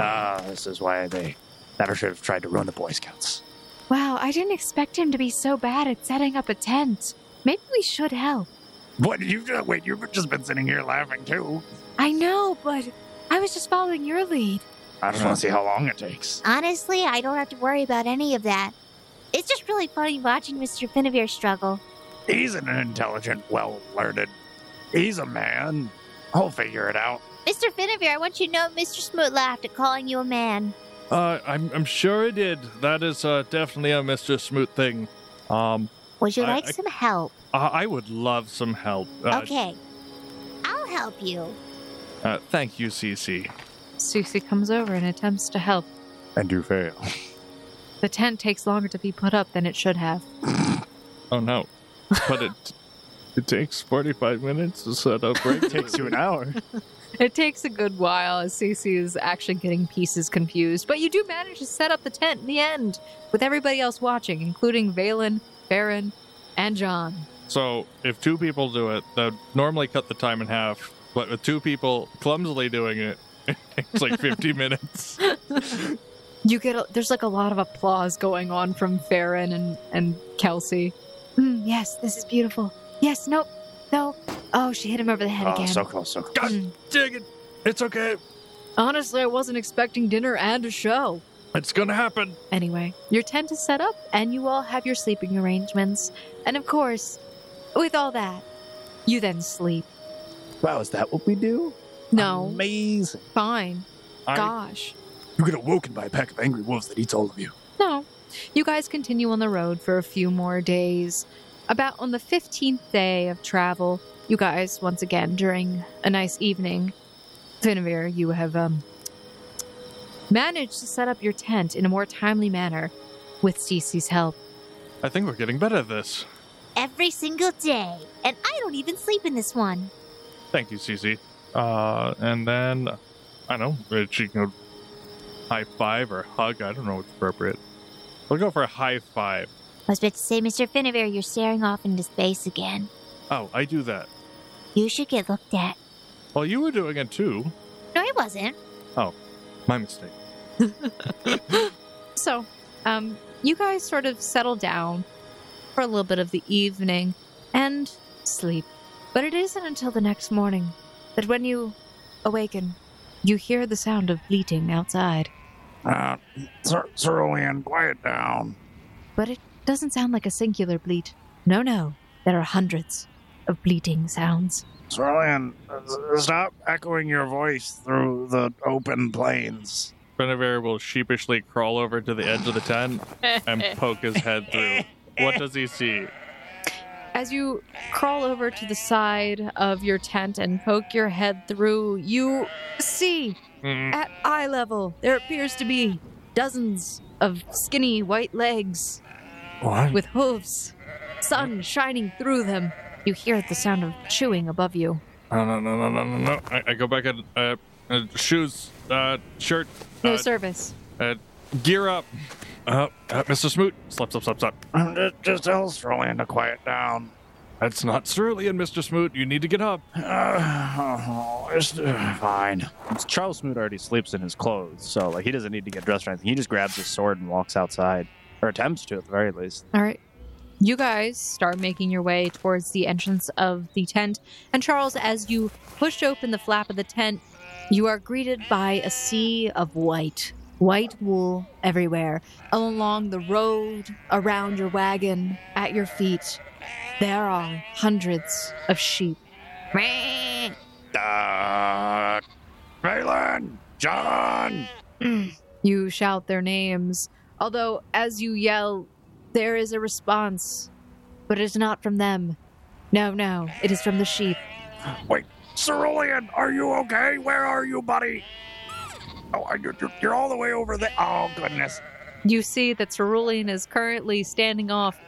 Ah, this is why they never should have tried to ruin the Boy Scouts. Wow, I didn't expect him to be so bad at setting up a tent. Maybe we should help. What did you do? Wait, you've just been sitting here laughing too. I know, but I was just following your lead. I just want to see how long it takes. Honestly, I don't have to worry about any of that. It's just really funny watching Mr. Finevere struggle. He's an intelligent, well learned. He's a man. I'll figure it out. Mr. Finevere, I want you to know Mr. Smoot laughed at calling you a man. uh, I'm, I'm sure it did. That is uh, definitely a Mr. Smoot thing. Um, Would you I- like I- some help? I, I would love some help. Uh, okay. I'll help you. uh, thank you, Cece. Susie comes over and attempts to help. And you fail. The tent takes longer to be put up than it should have. Oh no. But it it takes 45 minutes to set up, right? Takes you an hour. It takes a good while as Cece is actually getting pieces confused, but you do manage to set up the tent in the end with everybody else watching, including Valen, Baron, and John. *laughs* So if two people do it, they'd normally cut the time in half. But with two people clumsily doing it, *laughs* it takes like 50 *laughs* minutes. You get a, there's like a lot of applause going on from Farron and and Kelsey. Mm, yes, this is beautiful. Yes, nope, no. Oh, she hit him over the head Oh, again. so close, so close. God dang it. It's okay. Honestly, I wasn't expecting dinner and a show. It's going to happen. Anyway, your tent is set up and you all have your sleeping arrangements. And of course, with all that, you then sleep. Wow, is that what we do? No, Amazing. fine. I- Gosh. You get awoken by a pack of angry wolves that eats all of you. No. You guys continue on the road for a few more days. About on the 15th day of travel, you guys, once again, during a nice evening, Finavir, you have um, managed to set up your tent in a more timely manner with Cece's help. I think we're getting better at this. Every single day. And I don't even sleep in this one. Thank you, Cece. Uh, and then, I don't know, uh, she can high five or hug. I don't know what's appropriate. We'll go for a high five. I was about to say, Mr. Finnever, you're staring off into space again. Oh, I do that. You should get looked at. Well, you were doing it too. No, I wasn't. My mistake. So, um, you guys sort of settle down for a little bit of the evening and sleep. But it isn't until the next morning that when you awaken, you hear the sound of bleating outside. Uh, Sir, Sir Owen, quiet down. But it doesn't sound like a singular bleat. No, no. There are hundreds of bleating sounds. Sir Owen, uh, s- stop echoing your voice through the open plains. Benevere will sheepishly crawl over to the edge of the tent and poke his head through. What does he see? As you crawl over to the side of your tent and poke your head through, you see Mm. at eye level there appears to be dozens of skinny white legs What? with hooves, sun shining through them. You hear the sound of chewing above you. No, no, no, no, no, no, no. Oh, I, I go back at uh, uh, shoes, uh, shirt, No uh, service. uh, gear up. Uh, uh, Mr. Smoot, slap, slap, slap, slap. Um, ju- Just tell Sir Owen to quiet down. *sighs* That's not cerulean, Mr. Smoot. You need to get up. Uh, oh, it's uh, fine. Charles Smoot already sleeps in his clothes, so like he doesn't need to get dressed or anything. He just grabs his sword and walks outside, or attempts to at the very least. All right. You guys start making your way towards the entrance of the tent. And Charles, as you push open the flap of the tent, you are greeted by a sea of white, white wool everywhere, along the road, around your wagon, at your feet. There are hundreds of sheep. Uh, Balin! John! You shout their names, although as you yell, there is a response, but it is not from them. No, no, it is from the sheep. Cerulean, are you okay? Where are you, buddy? Oh, are you, you're, you're all the way over there. Oh, goodness. You see that Cerulean is currently standing off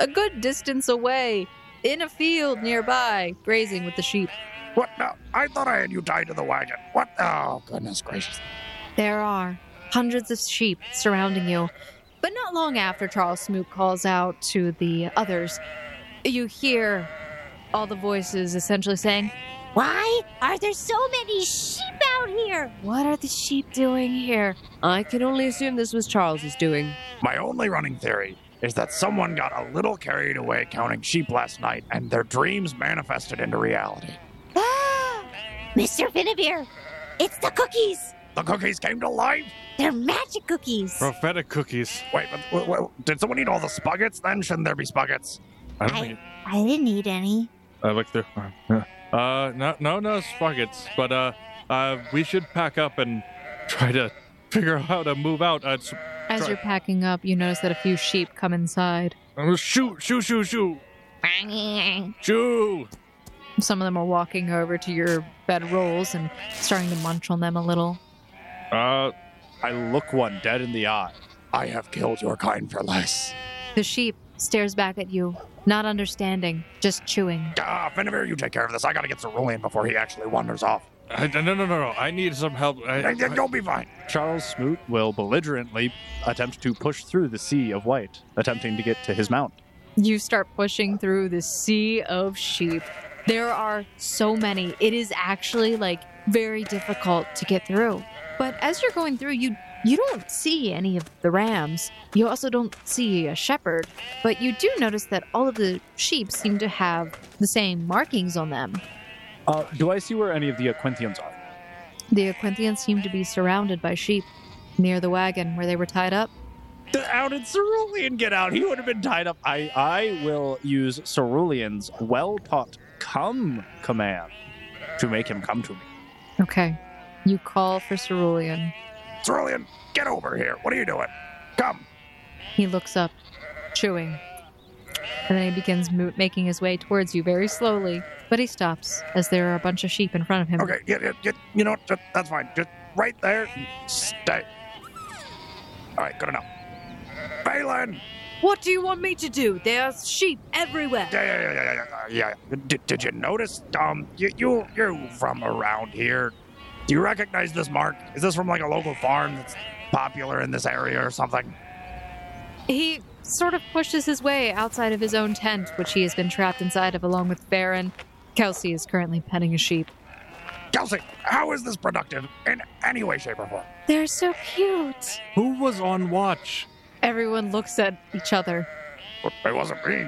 a good distance away in a field nearby, grazing with the sheep. What? No, I thought I had you tied to the wagon. What? Oh, goodness gracious. There are hundreds of sheep surrounding you. But not long after Charles Smoot calls out to the others, you hear all the voices essentially saying, Why are there so many sheep out here? What are the sheep doing here? I can only assume this was Charles's doing. My only running theory is that someone got a little carried away counting sheep last night and their dreams manifested into reality. Mr. Finnebeer, it's the cookies. The cookies came to life? They're magic cookies. Prophetic cookies. Wait, but w- w- did someone eat all the spuggets then? Shouldn't there be spuggets? I don't I- think *gasps* I didn't need any. I look through. Uh, no, no, no sprockets. But uh, uh, we should pack up and try to figure out how to move out. Uh, s- As Try- you're packing up, you notice that a few sheep come inside. uh, shoot, shoot, shoot, shoot, shoot. Some of them are walking over to your bed rolls and starting to munch on them a little. Uh, I look one dead in the eye. I have killed your kind for less. The sheep stares back at you, not understanding, just chewing. Ah, Finnever, you take care of this. I gotta get Cerulean before he actually wanders off. I, no, no, no, no. I need some help. I, Hey, You'll be fine. Charles Smoot will belligerently attempt to push through the sea of white, attempting to get to his mount. You start pushing through the sea of sheep. There are so many. It is actually like very difficult to get through. But as you're going through, you you don't see any of the rams. You also don't see a shepherd, but you do notice that all of the sheep seem to have the same markings on them. Uh, do I see where any of the Aquinthians are? The Aquinthians seem to be surrounded by sheep near the wagon where they were tied up. Out did Cerulean get out? He would have been tied up. I I will use Cerulean's well taught come command to make him come to me. Okay. You call for Cerulean. Cerulean, get over here. What are you doing? Come. He looks up, chewing. And then he begins mo- making his way towards you very slowly, but he stops as there are a bunch of sheep in front of him. Okay, you, you, you know what? Ju- That's fine. Just right there. Stay. All right, good enough. Balin, What do you want me to do? There's sheep everywhere. Yeah, yeah, yeah, yeah, yeah, yeah. Did, did you notice? Um, you, you, you're from around here. Do you recognize this mark? Is this from like a local farm that's popular in this area or something? He sort of pushes his way outside of his own tent, which he has been trapped inside of along with Baron. Kelsey is currently petting a sheep. Kelsey, how is this productive in any way, shape, or form? They're so cute. Who was on watch? Everyone looks at each other. It wasn't me.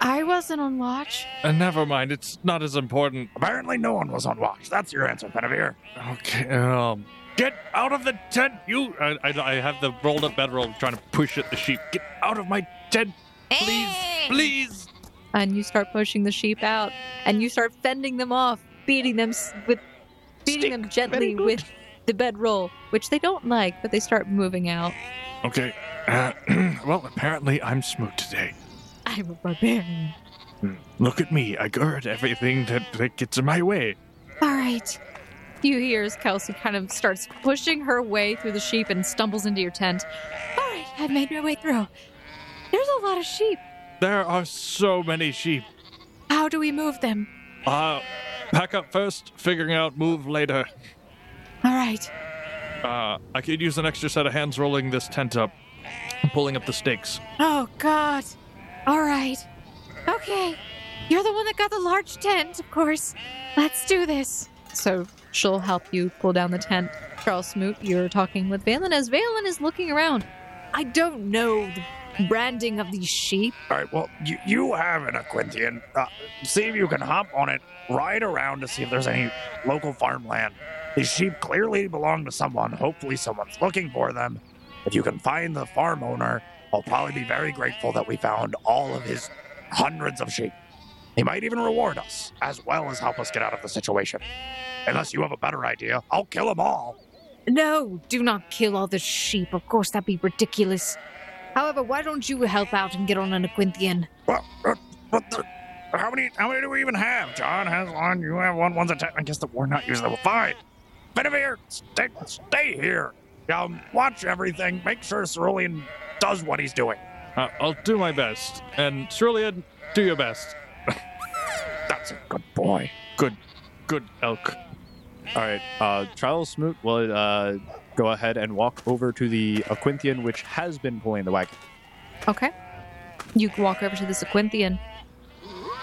I wasn't on watch. Uh, never mind, it's not as important. Apparently, no one was on watch. That's your answer, Penavere. Okay, um, get out of the tent, you! I, I, I have the rolled up bedroll trying to push at the sheep. Get out of my tent, please, please! And you start pushing the sheep out, and you start fending them off, beating them s- with, beating them gently with the bedroll, which they don't like, but they start moving out. Okay, uh, *clears throat* well, apparently I'm smooth today. I'm a barbarian. Look at me, I gird everything that, that gets in my way. All right. You hear as Kelsey kind of starts pushing her way through the sheep and stumbles into your tent. All right. I've made my way through. There's a lot of sheep. There are so many sheep. How do we move them? Uh, pack up first, figuring out move later. All right. Uh, I could use an extra set of hands rolling this tent up, pulling up the stakes. Oh, God. All right. Okay. You're the one that got the large tent, of course. Let's do this. So she'll help you pull down the tent. Charles Smoot, you're talking with Valen as Valen is looking around. I don't know the branding of these sheep. All right, well, you, you have an Aquinthian. Uh, see if you can hop on it, ride around to see if there's any local farmland. These sheep clearly belong to someone. Hopefully, someone's looking for them. If you can find the farm owner, I'll probably be very grateful that we found all of his hundreds of sheep. He might even reward us, as well as help us get out of the situation. Unless you have a better idea, I'll kill them all. No, do not kill all the sheep. Of course, that'd be ridiculous. However, why don't you help out and get on an Aquinthian? Well, uh, what the? How many? How many do we even have? John has one. You have one. One's a ten. I guess that we're not using them. Fine. Benavir, stay, stay here. Um, watch everything. Make sure Cerulean does what he's doing. Uh, I'll do my best. And Cerulean, do your best. That's a good boy. Good, good elk. All right. Uh, Charles Smoot will uh, go ahead and walk over to the Aquinthian, which has been pulling the wagon. Okay. You walk over to this Aquinthian,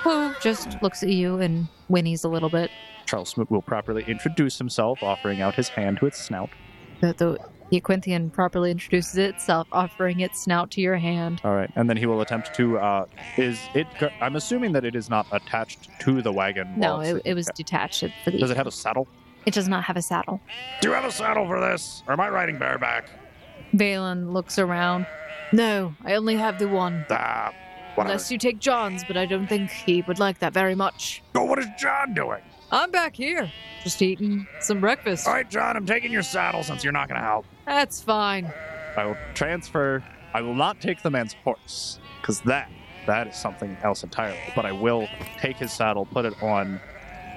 who just looks at you and whinnies a little bit. Charles Smoot will properly introduce himself, offering out his hand to its snout. The, the, the Aquinthian properly introduces itself, offering its snout to your hand. All right, and then he will attempt to. Uh, is it? I'm assuming that it is not attached to the wagon. No, while it, it's- it was detached for the. Does it have a saddle? It does not have a saddle. Do you have a saddle for this? Or am I riding bareback? Valen looks around. No, I only have the one. Ah, whatever. Unless you take John's, but I don't think he would like that very much. But what is John doing? I'm back here, just eating some breakfast. All right, John, I'm taking your saddle since you're not going to help. That's fine. I will transfer. I will not take the man's horse because that that is something else entirely. But I will take his saddle, put it on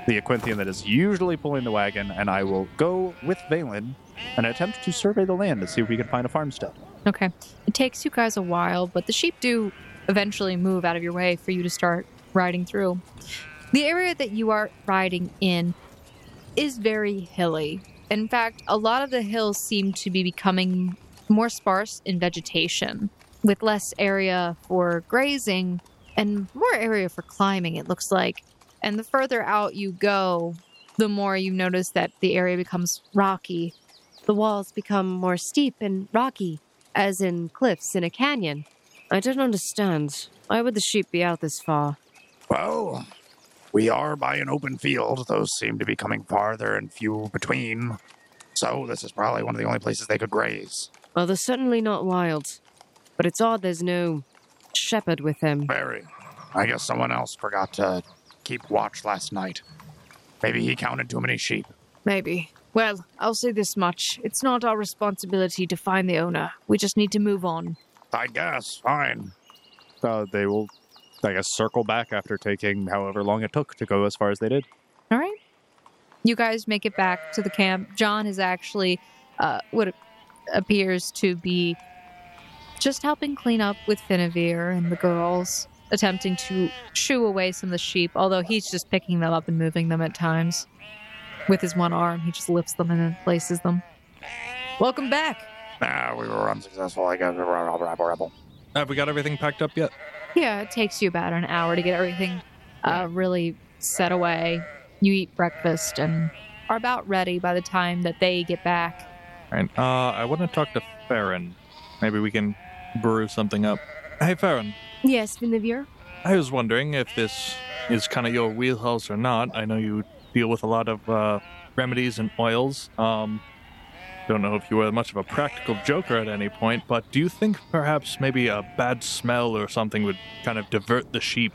the Aquinthian that is usually pulling the wagon, and I will go with Valen and attempt to survey the land to see if we can find a farmstead. Okay. It takes you guys a while, but the sheep do eventually move out of your way for you to start riding through. The area that you are riding in is very hilly. In fact, a lot of the hills seem to be becoming more sparse in vegetation, with less area for grazing and more area for climbing, it looks like. And the further out you go, the more you notice that the area becomes rocky The walls become more steep and rocky, as in cliffs in a canyon. I don't understand. Why would the sheep be out this far? Well, we are by an open field. Those seem to be coming farther and few between. So this is probably one of the only places they could graze. Well, they're certainly not wild. But it's odd there's no shepherd with them. Very. I guess someone else forgot to keep watch last night. Maybe he counted too many sheep. Maybe. Well, I'll say this much. It's not our responsibility to find the owner. We just need to move on. I guess. Fine. Uh, they will, I guess, circle back after taking however long it took to go as far as they did. All right. You guys make it back to the camp. John is actually uh, what appears to be just helping clean up with Finavir and the girls, attempting to shoo away some of the sheep, although he's just picking them up and moving them at times. With his one arm, he just lifts them and then places them. Welcome back. Ah, we were unsuccessful. I guess we were a rebel, rebel. Have we got everything packed up yet? Yeah, it takes you about an hour to get everything uh, really set away. You eat breakfast and are about ready by the time that they get back. Right. Uh, I want to talk to Farron. Maybe we can brew something up. Hey, Farron. Yes, Vinavir. I was wondering if this is kind of your wheelhouse or not. I know you deal with a lot of uh, remedies and oils. Um, don't know if you were much of a practical joker at any point, but do you think perhaps maybe a bad smell or something would kind of divert the sheep?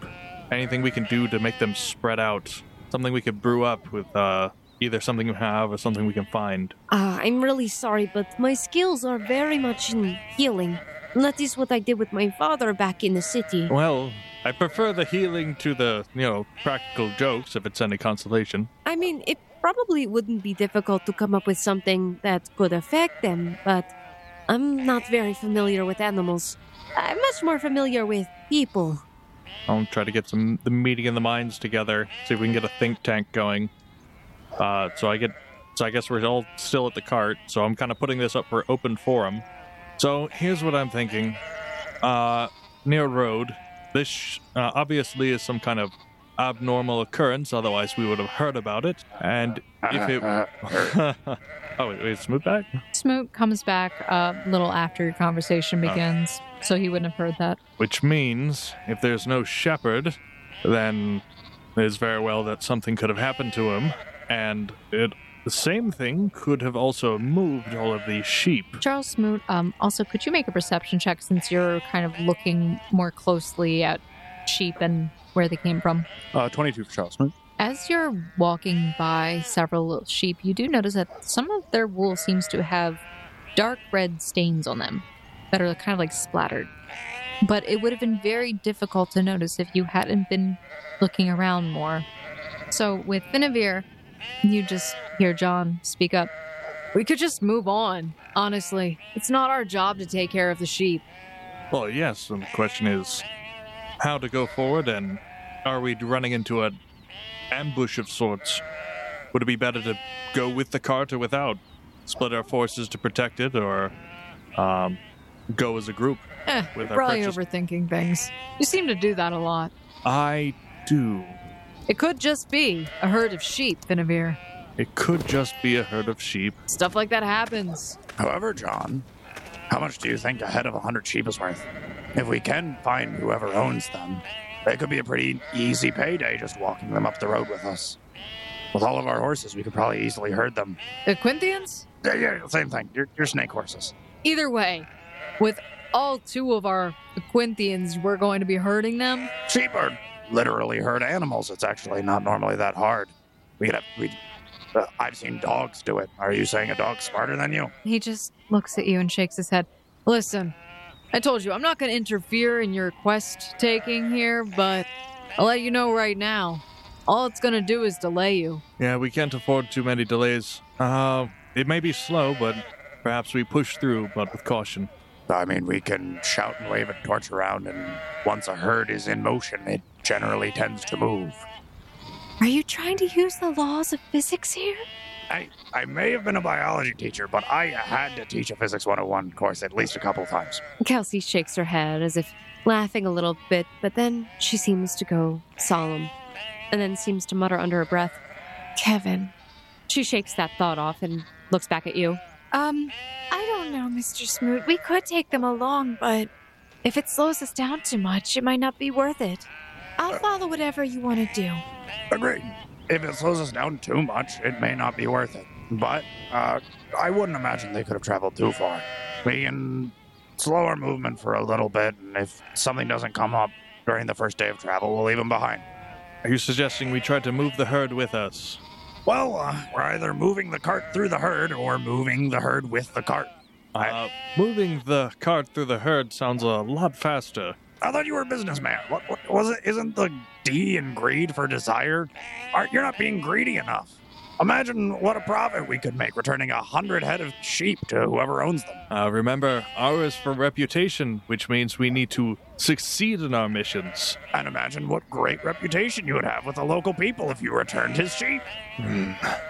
Anything we can do to make them spread out? Something we could brew up with uh, either something we have or something we can find. Ah, I'm really sorry, but my skills are very much in healing. And That is what I did with my father back in the city. Well, I prefer the healing to the, you know, practical jokes if it's any consolation. I mean, it probably wouldn't be difficult to come up with something that could affect them, but I'm not very familiar with animals. I'm much more familiar with people. I'll try to get some the meeting in the minds together, see if we can get a think tank going. Uh, so I get, so I guess we're all still at the cart. So I'm kind of putting this up for open forum. So here's what I'm thinking: uh, near road, this sh- uh, obviously is some kind of abnormal occurrence. Otherwise, we would have heard about it. And if it, *laughs* oh wait, wait, smooth back. Smoot comes back a little after your conversation begins, so he wouldn't have heard that. Which means if there's no shepherd, then there's very well that something could have happened to him, and it the same thing could have also moved all of these sheep. Charles Smoot, um, also, could you make a perception check since you're kind of looking more closely at sheep and where they came from? Uh, 22 for Charles. Smith. As you're walking by several sheep, you do notice that some of their wool seems to have dark red stains on them that are kind of like splattered. But it would have been very difficult to notice if you hadn't been looking around more. So with Finavir, you just hear John speak up. We could just move on, honestly. It's not our job to take care of the sheep. Well, yes, and the question is how to go forward, and are we running into an ambush of sorts? Would it be better to go with the cart or without? Split our forces to protect it, or um, go as a group Eh, with our Probably purchase? overthinking things. You seem to do that a lot. I do. It could just be a herd of sheep, Benavir. It could just be a herd of sheep. Stuff like that happens. However, John, how much do you think a head of 100 sheep is worth? If we can find whoever owns them, it could be a pretty easy payday just walking them up the road with us. With all of our horses, we could probably easily herd them. The Quinthians? Yeah, yeah, same thing. You're, you're snake horses. Either way, with all two of our Quinthians, we're going to be herding them. Sheep are literally herd animals. It's actually not normally that hard. We could have, we, uh, I've seen dogs do it. Are you saying a dog's smarter than you? He just looks at you and shakes his head. Listen, I told you I'm not going to interfere in your quest taking here, but I'll let you know right now. All it's going to do is delay you. Yeah, we can't afford too many delays. Uh, it may be slow, but perhaps we push through, but with caution. I mean, we can shout and wave a torch around, and once a herd is in motion, it generally tends to move. Are you trying to use the laws of physics here? I, I may have been a biology teacher, but I had to teach a physics 101 course at least a couple times. Kelsey shakes her head as if laughing a little bit, but then she seems to go solemn and then seems to mutter under her breath. Kevin. She shakes that thought off and looks back at you. Um, I don't know, Mr. Smoot. We could take them along, but if it slows us down too much, it might not be worth it. I'll follow whatever you want to do. Agreed. If it slows us down too much, it may not be worth it. But uh, I wouldn't imagine they could have traveled too far. We can slow our movement for a little bit, and if something doesn't come up during the first day of travel, we'll leave them behind. Are you suggesting we try to move the herd with us? Well, uh, we're either moving the cart through the herd or moving the herd with the cart. I- Uh, moving the cart through the herd sounds a lot faster. I thought you were a businessman. What, what was it? Isn't the D in greed for desire? Aren't you're not being greedy enough? Imagine what a profit we could make returning a hundred head of sheep to whoever owns them. Uh, remember, R is for reputation, which means we need to succeed in our missions. And imagine what great reputation you would have with the local people if you returned his sheep.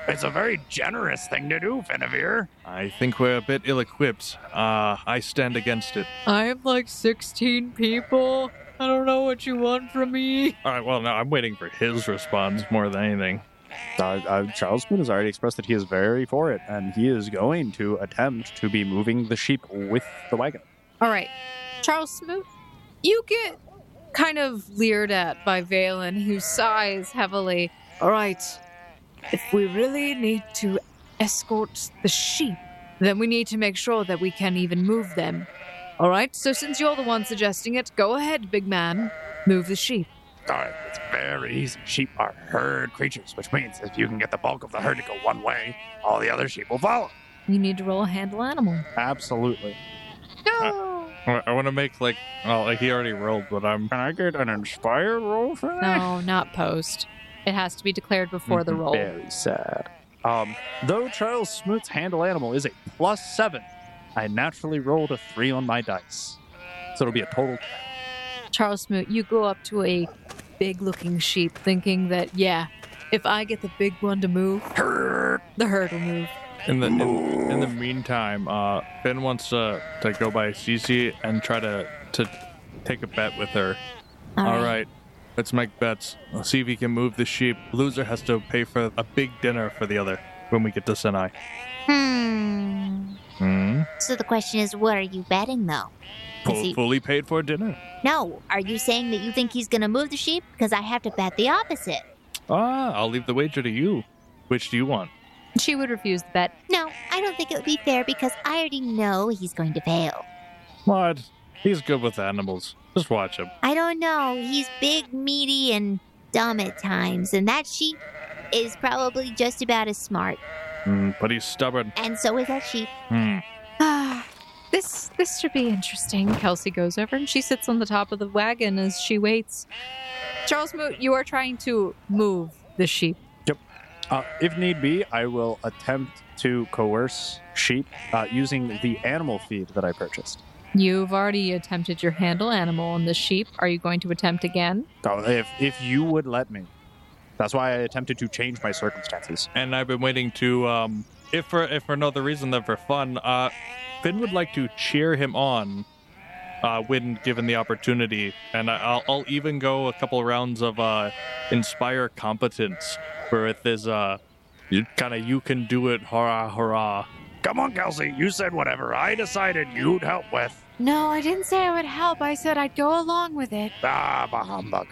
It's a very generous thing to do, Finavir. I think we're a bit ill equipped. Uh, I stand against it. I have like 16 people. I don't know what you want from me. All right, well, now I'm waiting for his response more than anything. Uh, uh, Charles Moon has already expressed that he is very for it, and he is going to attempt to be moving the sheep with the wagon. All right. Charles Smoot, you get kind of leered at by Valen, who sighs heavily. All right, if we really need to escort the sheep, then we need to make sure that we can even move them. All right, so since you're the one suggesting it, go ahead, big man. Move the sheep. All right, it's very easy. Sheep are herd creatures, which means if you can get the bulk of the herd to go one way, all the other sheep will follow. You need to roll a handle animal. Absolutely. No. I, want to make like, well, like he already rolled, but I'm. Can I get an inspired roll for that? No, not post. It has to be declared before the roll. Very sad. Um, though Charles Smoot's handle animal is a plus seven, I naturally rolled a three on my dice. So it'll be a total. Charles Smoot, you go up to a big looking sheep thinking that, yeah, if I get the big one to move, the herd will move. In the in, in the meantime, uh, Ben wants to to go by Cece and try to to take a bet with her. All right. let's make bets. I'll see if he can move the sheep. Loser has to pay for a big dinner for the other when we get to Senai. Hmm. Hmm. So the question is, what are you betting though? Is Full, he- fully paid for dinner. No, are you saying that you think he's gonna move the sheep? Because I have to bet the opposite. Ah, I'll leave the wager to you. Which do you want? She would refuse the bet. No, I don't think it would be fair because I already know he's going to fail. What? He's good with animals. Just watch him. I don't know. He's big, meaty, and dumb at times, and that sheep is probably just about as smart. Hmm, but he's stubborn. And so is that sheep. Hmm. Ah, this this should be interesting. Kelsey goes over and she sits on the top of the wagon as she waits. Charles Moot, you are trying to move the sheep. Uh, if need be, I will attempt to coerce sheep uh, using the animal feed that I purchased. You've already attempted your handle animal on the sheep. Are you going to attempt again? So if if you would let me, that's why I attempted to change my circumstances. and I've been waiting to, um, if for if for no other reason than for fun, uh, Finn would like to cheer him on uh, when given the opportunity, and I, I'll, I'll even go a couple rounds of uh, inspire competence, where it is uh, kind of you can do it, hurrah hurrah. Come on, Kelsey. You said whatever I decided you'd help with. No, I didn't say I would help. I said I'd go along with it. Ah, bah humbug.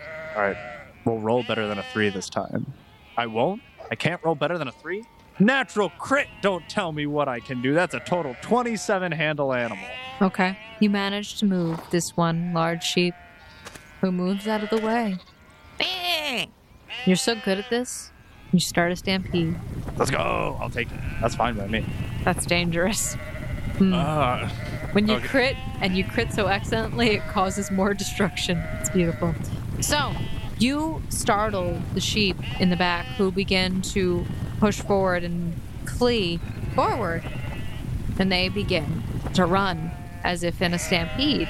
We'll roll better than a three this time. I won't. I can't roll better than a three. Natural crit. Don't tell me what I can do. That's a total twenty-seven handle animal. Okay. You manage to move this one large sheep who moves out of the way. You're so good at this. You start a stampede. Let's go. I'll take it. That's fine by me. That's dangerous. Hmm. Uh, Ah, When you Okay. crit and you crit so excellently, it causes more destruction. It's beautiful. So, you startle the sheep in the back who begin to push forward and flee forward. And they begin to run as if in a stampede.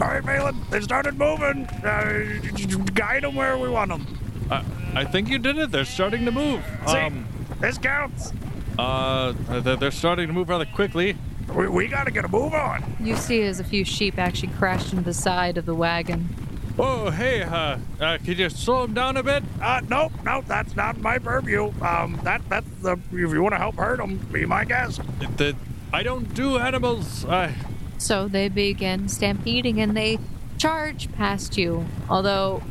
All right, Valen, they started moving. Uh, guide them where we want them. I, I think you did it. They're starting to move. See? Um, This counts. uh, they're, they're starting to move rather quickly. We, we gotta get a move on. You see as a few sheep actually crashed into the side of the wagon. Oh, hey, uh, uh, could you slow them down a bit? Uh, nope, nope, that's not my purview. Um, that that's the if you want to help hurt them, be my guest. The, I don't do animals. I, So they begin stampeding and they charge past you. Although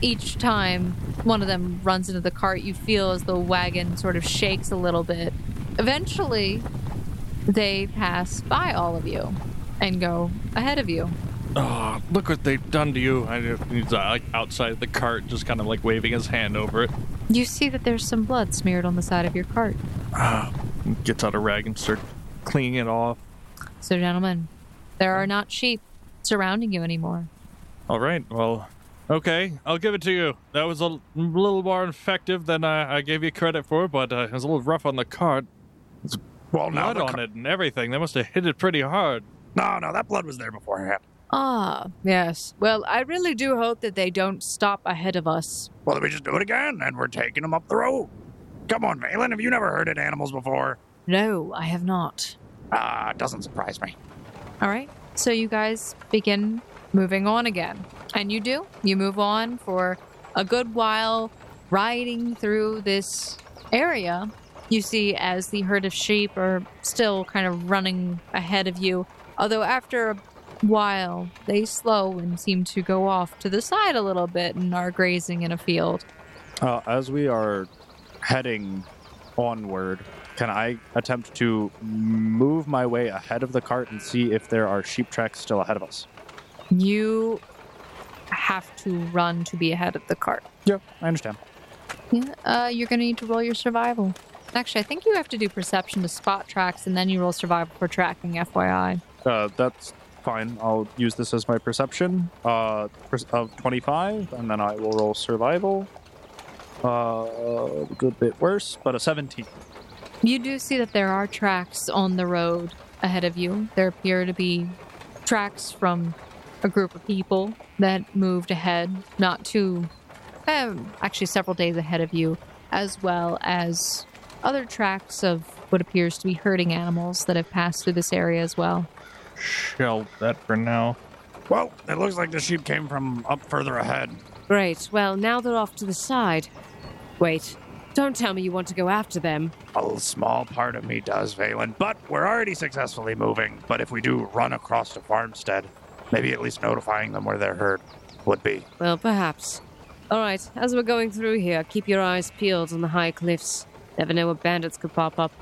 each time one of them runs into the cart, you feel as the wagon sort of shakes a little bit. Eventually, they pass by all of you and go ahead of you. Oh, look what they've done to you. I, he's uh, like outside the cart, just kind of like waving his hand over it. You see that there's some blood smeared on the side of your cart. Ah, gets out a rag and starts cleaning it off. So, gentlemen, there are not sheep surrounding you anymore. All right, well, Okay, I'll give it to you. That was a l- little more effective than I, I gave you credit for, but uh, it was a little rough on the cart. Well, now Blood the on it and everything. They must have hit it pretty hard. No, no, that blood was there beforehand. Ah, yes. Well, I really do hope that they don't stop ahead of us. Well, then we just do it again, and we're taking them up the road. Come on, Valen, have you never herded animals before? No, I have not. Ah, it doesn't surprise me. All right. So you guys begin moving on again. And you do. You move on for a good while, riding through this area. You see, as the herd of sheep are still kind of running ahead of you, although after a while they slow and seem to go off to the side a little bit and are grazing in a field. Uh, as we are heading onward, can I attempt to move my way ahead of the cart and see if there are sheep tracks still ahead of us? You have to run to be ahead of the cart. Yeah, I understand. Yeah, uh, you're going to need to roll your survival. Actually, I think you have to do perception to spot tracks and then you roll survival for tracking, FYI. Uh, that's fine. I'll use this as my perception uh, per- of 25, and then I will roll survival. Uh, a good bit worse, but a 17. You do see that there are tracks on the road ahead of you. There appear to be tracks from a group of people that moved ahead, not too, um, actually several days ahead of you, as well as other tracks of what appears to be herding animals that have passed through this area as well. Shelve that for now. Well, it looks like the sheep came from up further ahead. Great. Well, now they're off to the side. Wait. Don't tell me you want to go after them. A small part of me does, Valen, but we're already successfully moving. But if we do run across to Farmstead, maybe at least notifying them where their herd would be. Well, perhaps. All right. As we're going through here, keep your eyes peeled on the high cliffs. Never know where bandits could pop up.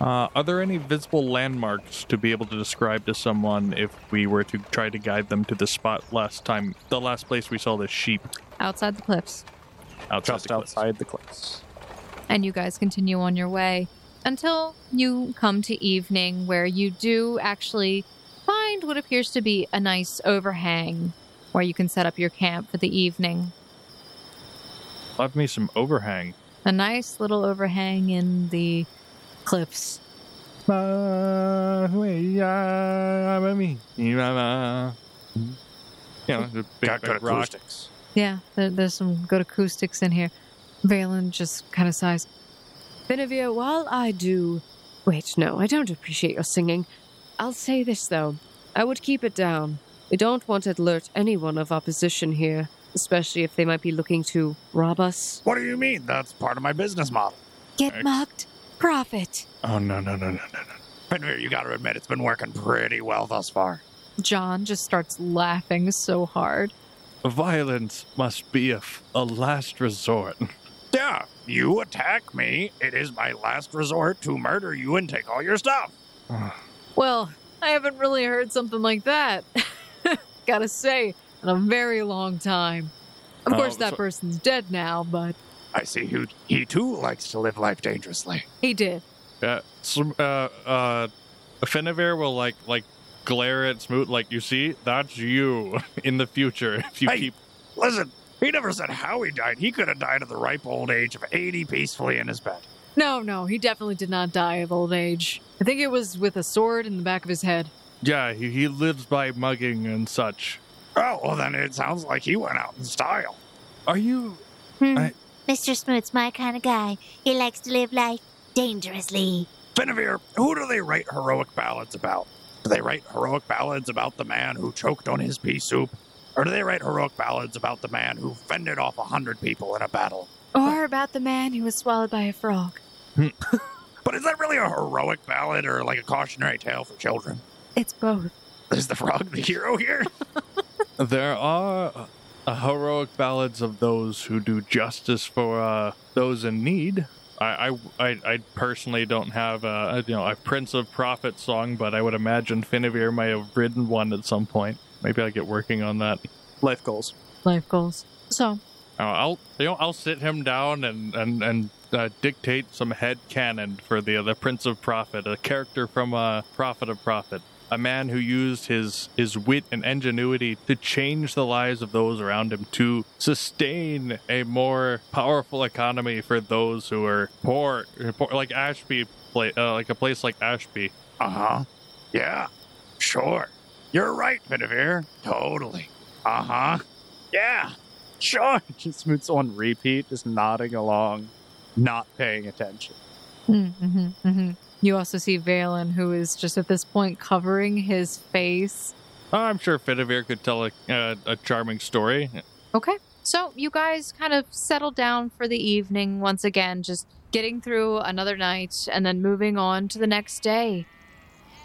Uh, are there any visible landmarks to be able to describe to someone if we were to try to guide them to the spot last time, the last place we saw this sheep Outside the cliffs. outside Just the cliffs? outside the cliffs. and you guys continue on your way until you come to evening, where you do actually find what appears to be a nice overhang where you can set up your camp for the evening. Left me some overhang. A nice little overhang in the cliffs. Yeah, the big, Got good big rock. acoustics. Yeah, there, there's some good acoustics in here. Valen just kind of sighs. Benevere, while I do. Wait, no, I don't appreciate your singing. I'll say this, though. I would keep it down. We don't want to alert anyone of our position here, especially if they might be looking to rob us. What do you mean? That's part of my business model. Get Ex- mugged, profit. Oh no no no no no! Benvir, you gotta admit, it's been working pretty well thus far. John just starts laughing so hard. no. Violence must be a, f- a last resort. Yeah, you attack me. It is my last resort to murder you and take all your stuff. Well, I haven't really heard something like that. *laughs* Gotta say, in a very long time. Of Oh, course, that so- person's dead now, but I see who he too likes to live life dangerously. he did. Yeah, sm- uh, uh, Finavir will like like glare at Smoot like you see that's you *laughs* in the future if you Hey. keep. Listen, he never said how he died. He could have died at the ripe old age of 80 peacefully in his bed. No, no, he definitely did not die of old age. I think it was with a sword in the back of his head. Yeah, he, he lives by mugging and such. Oh, well, then it sounds like he went out in style. Are you? Hmm. I- Mr. Smoot's my kind of guy. He likes to live life dangerously. Benavir, who do they write heroic ballads about? Do they write heroic ballads about the man who choked on his pea soup? Or do they write heroic ballads about the man who fended off a hundred people in a battle? Hmm. Or about the man who was swallowed by a frog. *laughs* But is that really a heroic ballad or like a cautionary tale for children? It's both. Is the frog the hero here? There are uh, heroic ballads of those who do justice for uh, those in need. I, I, I, I personally don't have a you know a Prince of Prophet song, but I would imagine Finavir might have written one at some point. Maybe I get working on that. Life goals. Life goals. So, Uh, I'll you know I'll sit him down and and and uh, dictate some head canon for the the Prince of Prophet, a character from uh, Prophet of Prophet. a man who used his his wit and ingenuity to change the lives of those around him to sustain a more powerful economy for those who are poor, poor like Ashby, pla- uh, like a place like Ashby. Uh huh. Yeah. Sure. You're right, Bedivere. Totally. Uh huh. Yeah. Sure. Uh-huh. *laughs* Just Smoot's on repeat, just nodding along, not paying attention. Mm-hmm, mm-hmm. You also see Valen, who is just at this point covering his face. Uh, I'm sure Fedivere could tell a, uh, a charming story. Okay. So you guys kind of settle down for the evening once again, just getting through another night and then moving on to the next day.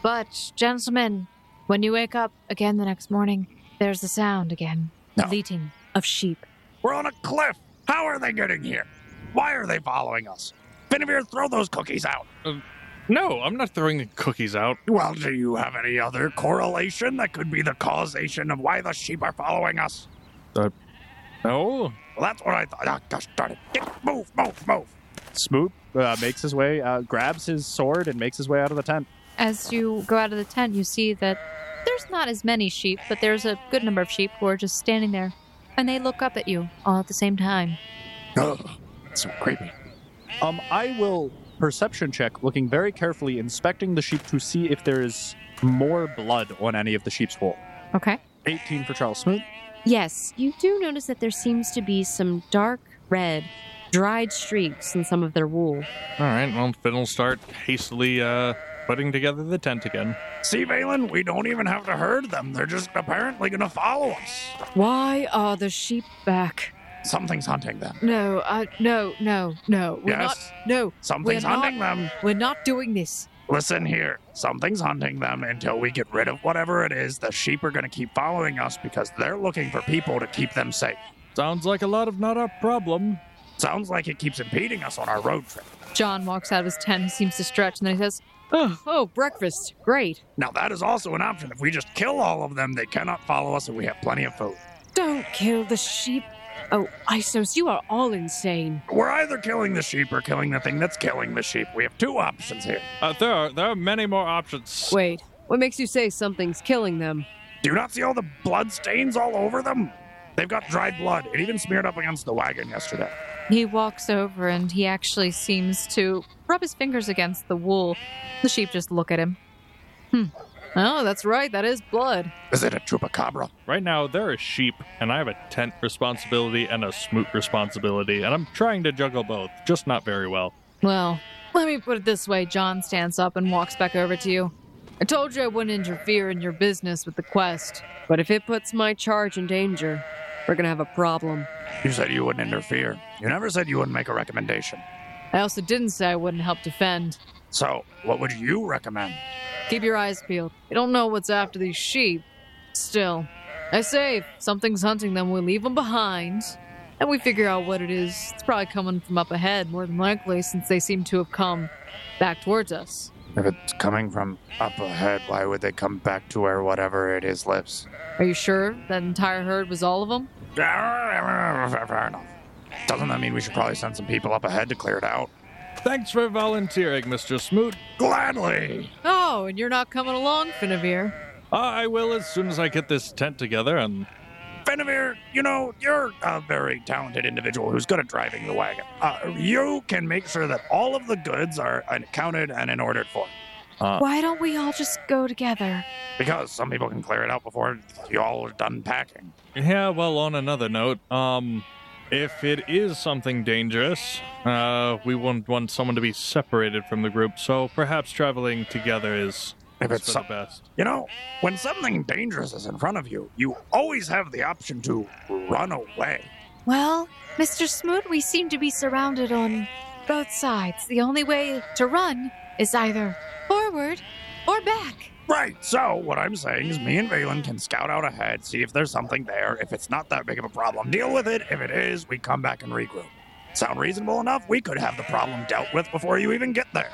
But, gentlemen, when you wake up again the next morning, there's the sound again. No. bleating of sheep. We're on a cliff. How are they getting here? Why are they following us? Bedivere, throw those cookies out. No, I'm not throwing the cookies out. Well, do you have any other correlation that could be the causation of why the sheep are following us? No, Well, that's what I thought. Ah, gosh darn it. Get, move, move, move. Smoot uh, makes his way, uh, grabs his sword, and makes his way out of the tent. As you go out of the tent, you see that there's not as many sheep, but there's a good number of sheep who are just standing there. And they look up at you all at the same time. Ugh, that's so creepy. Um, I will perception check, looking very carefully, inspecting the sheep to see if there is more blood on any of the sheep's wool. Okay. 18 for Charles Smoot. Yes, you do notice that there seems to be some dark red, dried streaks in some of their wool. All right, well, Finn will start hastily uh, putting together the tent again. See, Valen, we don't even have to herd them. They're just apparently going to follow us. Why are the sheep back? Something's hunting them. No, uh, no, no, no. We're yes, not. No, something's we're not- hunting them. we're not doing this. Listen here, something's hunting them until we get rid of whatever it is. The sheep are going to keep following us because they're looking for people to keep them safe. Sounds like a lot of not our problem. Sounds like it keeps impeding us on our road trip. John walks out of his tent. He seems to stretch, and then he says, "Oh, oh breakfast. Great. Now, that is also an option. If we just kill all of them, they cannot follow us and we have plenty of food. Don't kill the sheep." Oh, Isos, you are all insane. We're either killing the sheep or killing the thing that's killing the sheep. We have two options here. Uh, there are there are many more options. Wait. What makes you say something's killing them? Do you not see all the blood stains all over them? They've got dried blood. It even smeared up against the wagon yesterday. He walks over and he actually seems to rub his fingers against the wool. The sheep just look at him. Hmm. Oh, that's right. That is blood. Is it a chupacabra? Right now, there are sheep, and I have a tent responsibility and a smoot responsibility, and I'm trying to juggle both, just not very well. Well, let me put it this way. John stands up and walks back over to you. I told you I wouldn't interfere in your business with the quest. But if it puts my charge in danger, we're gonna have a problem. You said you wouldn't interfere. You never said you wouldn't make a recommendation. I also didn't say I wouldn't help defend. So, what would you recommend? Keep your eyes peeled. You don't know what's after these sheep. Still, I say if something's hunting them, we leave them behind. And we figure out what it is. It's probably coming from up ahead, more than likely, since they seem to have come back towards us. If it's coming from up ahead, why would they come back to where whatever it is lives? Are you sure that entire herd was all of them? Fair enough. Doesn't that mean we should probably send some people up ahead to clear it out? Thanks for volunteering, Mr. Smoot. Gladly! Oh, and you're not coming along, Finavir. I will as soon as I get this tent together, and Benavir, you know, you're a very talented individual who's good at driving the wagon. Uh, you can make sure that all of the goods are accounted and in ordered for. Why don't we all just go together? Because some people can clear it out before y'all are done packing. yeah. Well, on another note, um, if it is something dangerous, uh, we wouldn't want someone to be separated from the group, so perhaps traveling together is, If is it's for some- the best. You know, when something dangerous is in front of you, you always have the option to run away. Well, Mr. Smoot, we seem to be surrounded on both sides. The only way to run is either forward or back. Right, so what I'm saying is me and Valen can scout out ahead, see if there's something there. If it's not that big of a problem, deal with it. If it is, we come back and regroup. Sound reasonable enough? We could have the problem dealt with before you even get there.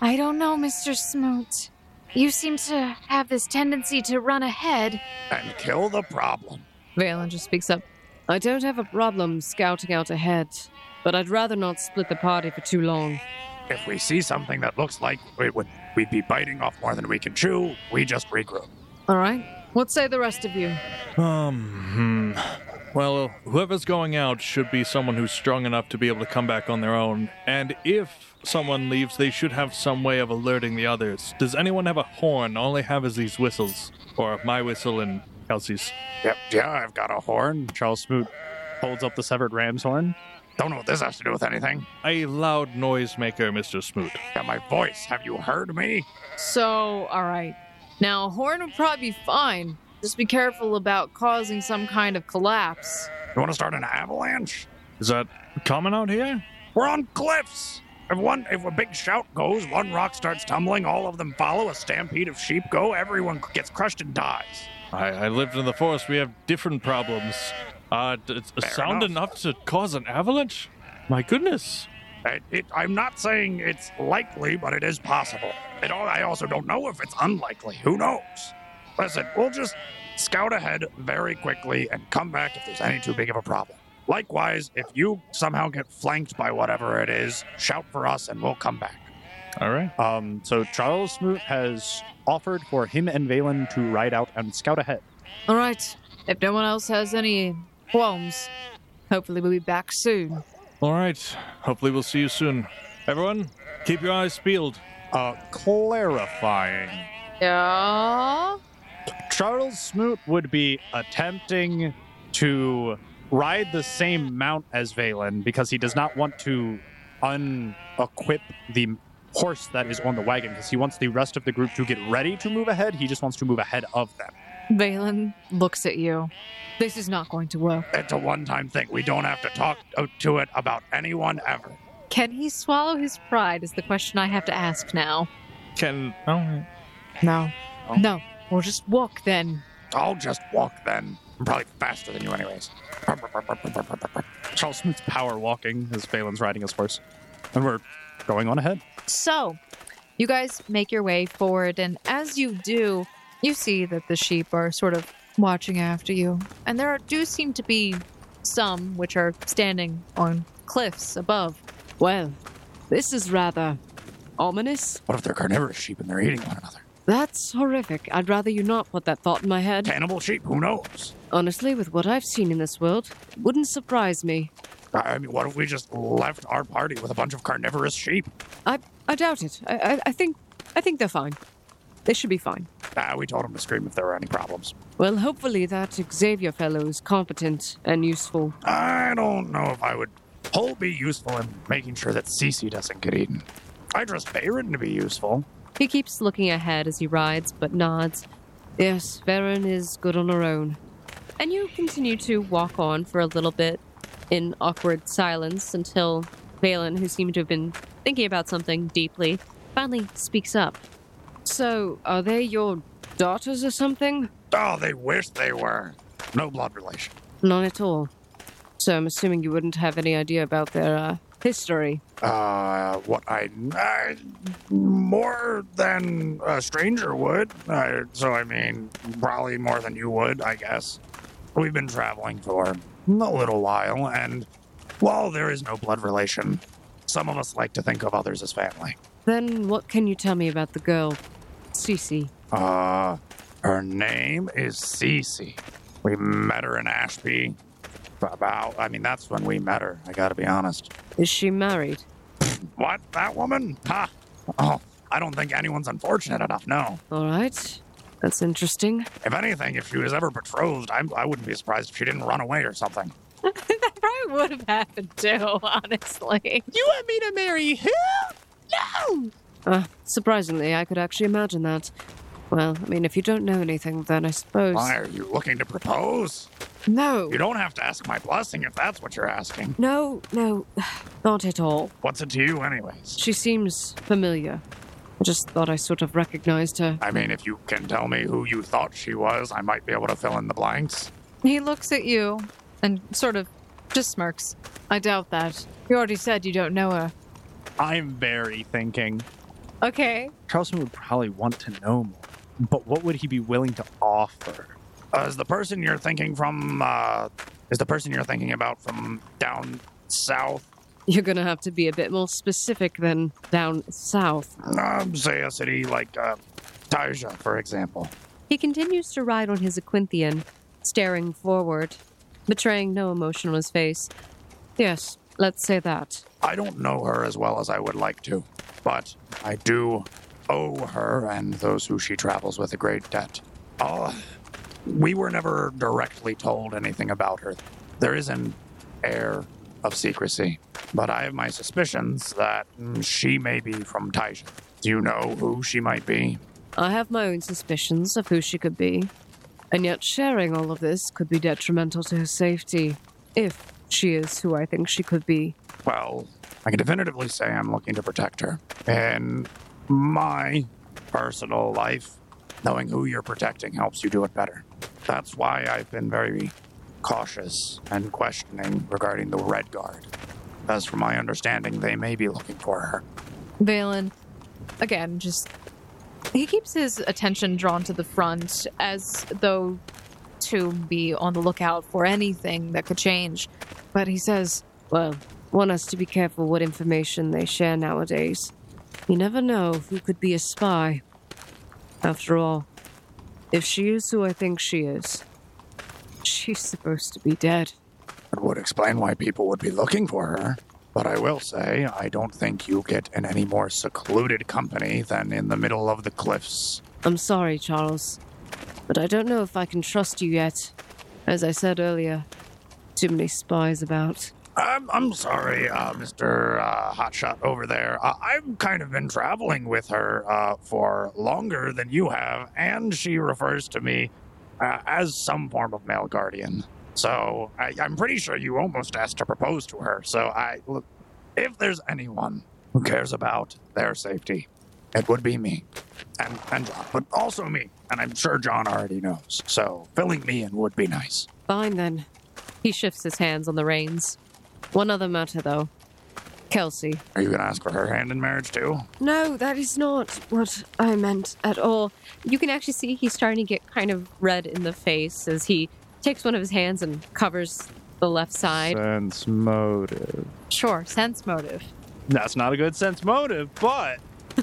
I don't know, Mr. Smoot. You seem to have this tendency to run ahead. and kill the problem. Valen just speaks up. I don't have a problem scouting out ahead, but I'd rather not split the party for too long. If we see something that looks like it would, we'd be biting off more than we can chew, we just regroup. All right. What say the rest of you? Um, hmm. well, whoever's going out should be someone who's strong enough to be able to come back on their own. And if someone leaves, they should have some way of alerting the others. Does anyone have a horn? All I have is these whistles, or my whistle and Kelsey's. Yep, yeah, I've got a horn. Charles Smoot holds up the severed ram's horn. Don't know what this has to do with anything. A loud noise maker, Mr. Smoot. Got my voice. Have you heard me? So, all right. Now, a horn would probably be fine. Just be careful about causing some kind of collapse. You want to start an avalanche? Is that common out here? We're on cliffs. If one, if a big shout goes, one rock starts tumbling, all of them follow. A stampede of sheep go, everyone gets crushed and dies. I, I lived in the forest. We have different problems. Uh, d- it's a Fair sound enough. enough to cause an avalanche? My goodness. It, it, I'm not saying it's likely, but it is possible. It, al- I also don't know if it's unlikely. Who knows? Listen, we'll just scout ahead very quickly and come back if there's any too big of a problem. Likewise, if you somehow get flanked by whatever it is, shout for us and we'll come back. All right. Um, so Charles Smoot has offered for him and Valen to ride out and scout ahead. All right. If no one else has any qualms, hopefully we'll be back soon. All right. Hopefully, we'll see you soon. Everyone, keep your eyes peeled. Uh, clarifying. Yeah. Charles Smoot would be attempting to ride the same mount as Valen because he does not want to unequip the horse that is on the wagon because he wants the rest of the group to get ready to move ahead. He just wants to move ahead of them. Valen looks at you. This is not going to work. It's a one time thing. We don't have to talk o- to it about anyone ever. Can he swallow his pride? Is the question I have to ask now. Can. Oh, No. No. We'll just walk then. I'll just walk then. I'm probably faster than you, anyways. Charles Smoot's power walking as Valen's riding his horse. And we're going on ahead. So, You guys make your way forward, and as you do, you see that the sheep are sort of watching after you. And there are, do seem to be some which are standing on cliffs above. Well, this is rather ominous. What if they're carnivorous sheep and they're eating one another? That's horrific. I'd rather you not put that thought in my head. Cannibal sheep? Who knows? Honestly, with what I've seen in this world, it wouldn't surprise me. I mean, what if we just left our party with a bunch of carnivorous sheep? I I doubt it. I I, I think I think they're fine. They should be fine. Ah, we told them to scream if there were any problems. Well, hopefully that Xavier fellow is competent and useful. I don't know if I would whole be useful in making sure that Cece doesn't get eaten. I trust Baron to be useful. He keeps looking ahead as he rides, but nods. Yes, Varen is good on her own. And you continue to walk on for a little bit in awkward silence until Valen, who seemed to have been thinking about something deeply, finally speaks up. So, are they your daughters or something? Oh, they wish they were. No blood relation. None at all. So I'm assuming you wouldn't have any idea about their uh, history. Uh, what I, I more than a stranger would. Uh, so I mean, probably more than you would, I guess. We've been traveling for a little while, and while there is no blood relation, some of us like to think of others as family. Then what can you tell me about the girl, Cece? Uh, her name is Cece. We met her in Ashby. About, I mean, that's when we met her. I gotta be honest. Is she married? What? That woman? Ha! Oh, I don't think anyone's unfortunate enough, no. All right. That's interesting. If anything, if she was ever betrothed, I'm, I wouldn't be surprised if she didn't run away or something. that probably would have happened too, *laughs* honestly. You want me to marry him? Uh, surprisingly, I could actually imagine that. Well, I mean, if you don't know anything, then I suppose. Why are you looking to propose? Oh, No. You don't have to ask my blessing if that's what you're asking. No, no, not at all. What's it to you, anyways? She seems familiar. I just thought I sort of recognized her. I mean, if you can tell me who you thought she was, I might be able to fill in the blanks. He looks at you and sort of just smirks. I doubt that. You already said you don't know her. I'm very thinking. Okay. Charles Smoot would probably want to know more, but what would he be willing to offer? Uh, is the person you're thinking from, uh, is the person you're thinking about from down south You're gonna have to be a bit more specific than down south. Um, say a city like uh, Taija, for example. He continues to ride on his Aquinthian, staring forward, betraying no emotion on his face. Yes, let's say that. I don't know her as well as I would like to, but I do owe her and those who she travels with a great debt. Uh, we were never directly told anything about her. There is an air of secrecy, but I have my suspicions that mm, she may be from Taisha. Do you know who she might be? I have my own suspicions of who she could be, and yet sharing all of this could be detrimental to her safety, if she is who I think she could be. Well, I can definitively say I'm looking to protect her. In my personal life, knowing who you're protecting helps you do it better. That's why I've been very cautious and questioning regarding the Red Guard. As for my understanding, they may be looking for her. Valen, again, just. He keeps his attention drawn to the front as though to be on the lookout for anything that could change. But he says, well, one has to be careful what information they share nowadays. You never know who could be a spy. After all, if she is who I think she is, she's supposed to be dead. It would explain why people would be looking for her. But I will say, I don't think you get in any more secluded company than in the middle of the cliffs. I'm sorry, Charles, but I don't know if I can trust you yet. As I said earlier, too many spies about. I'm, Um, I'm sorry, uh, Mr. Uh, Hotshot over there. Uh, I've kind of been traveling with her uh, for longer than you have, and she refers to me uh, as some form of male guardian. So I, I'm pretty sure you almost asked to propose to her. So I, look, if there's anyone who cares about their safety, it would be me and, and John, but also me. And I'm sure John already knows. So filling me in would be nice. Fine then. He shifts his hands on the reins. One other matter, though. Kelsey. Are you going to ask for her hand in marriage too? No, that is not what I meant at all. You can actually see he's starting to get kind of red in the face as he takes one of his hands and covers the left side. Sense motive. Sure, sense motive. That's not a good sense motive, but *laughs*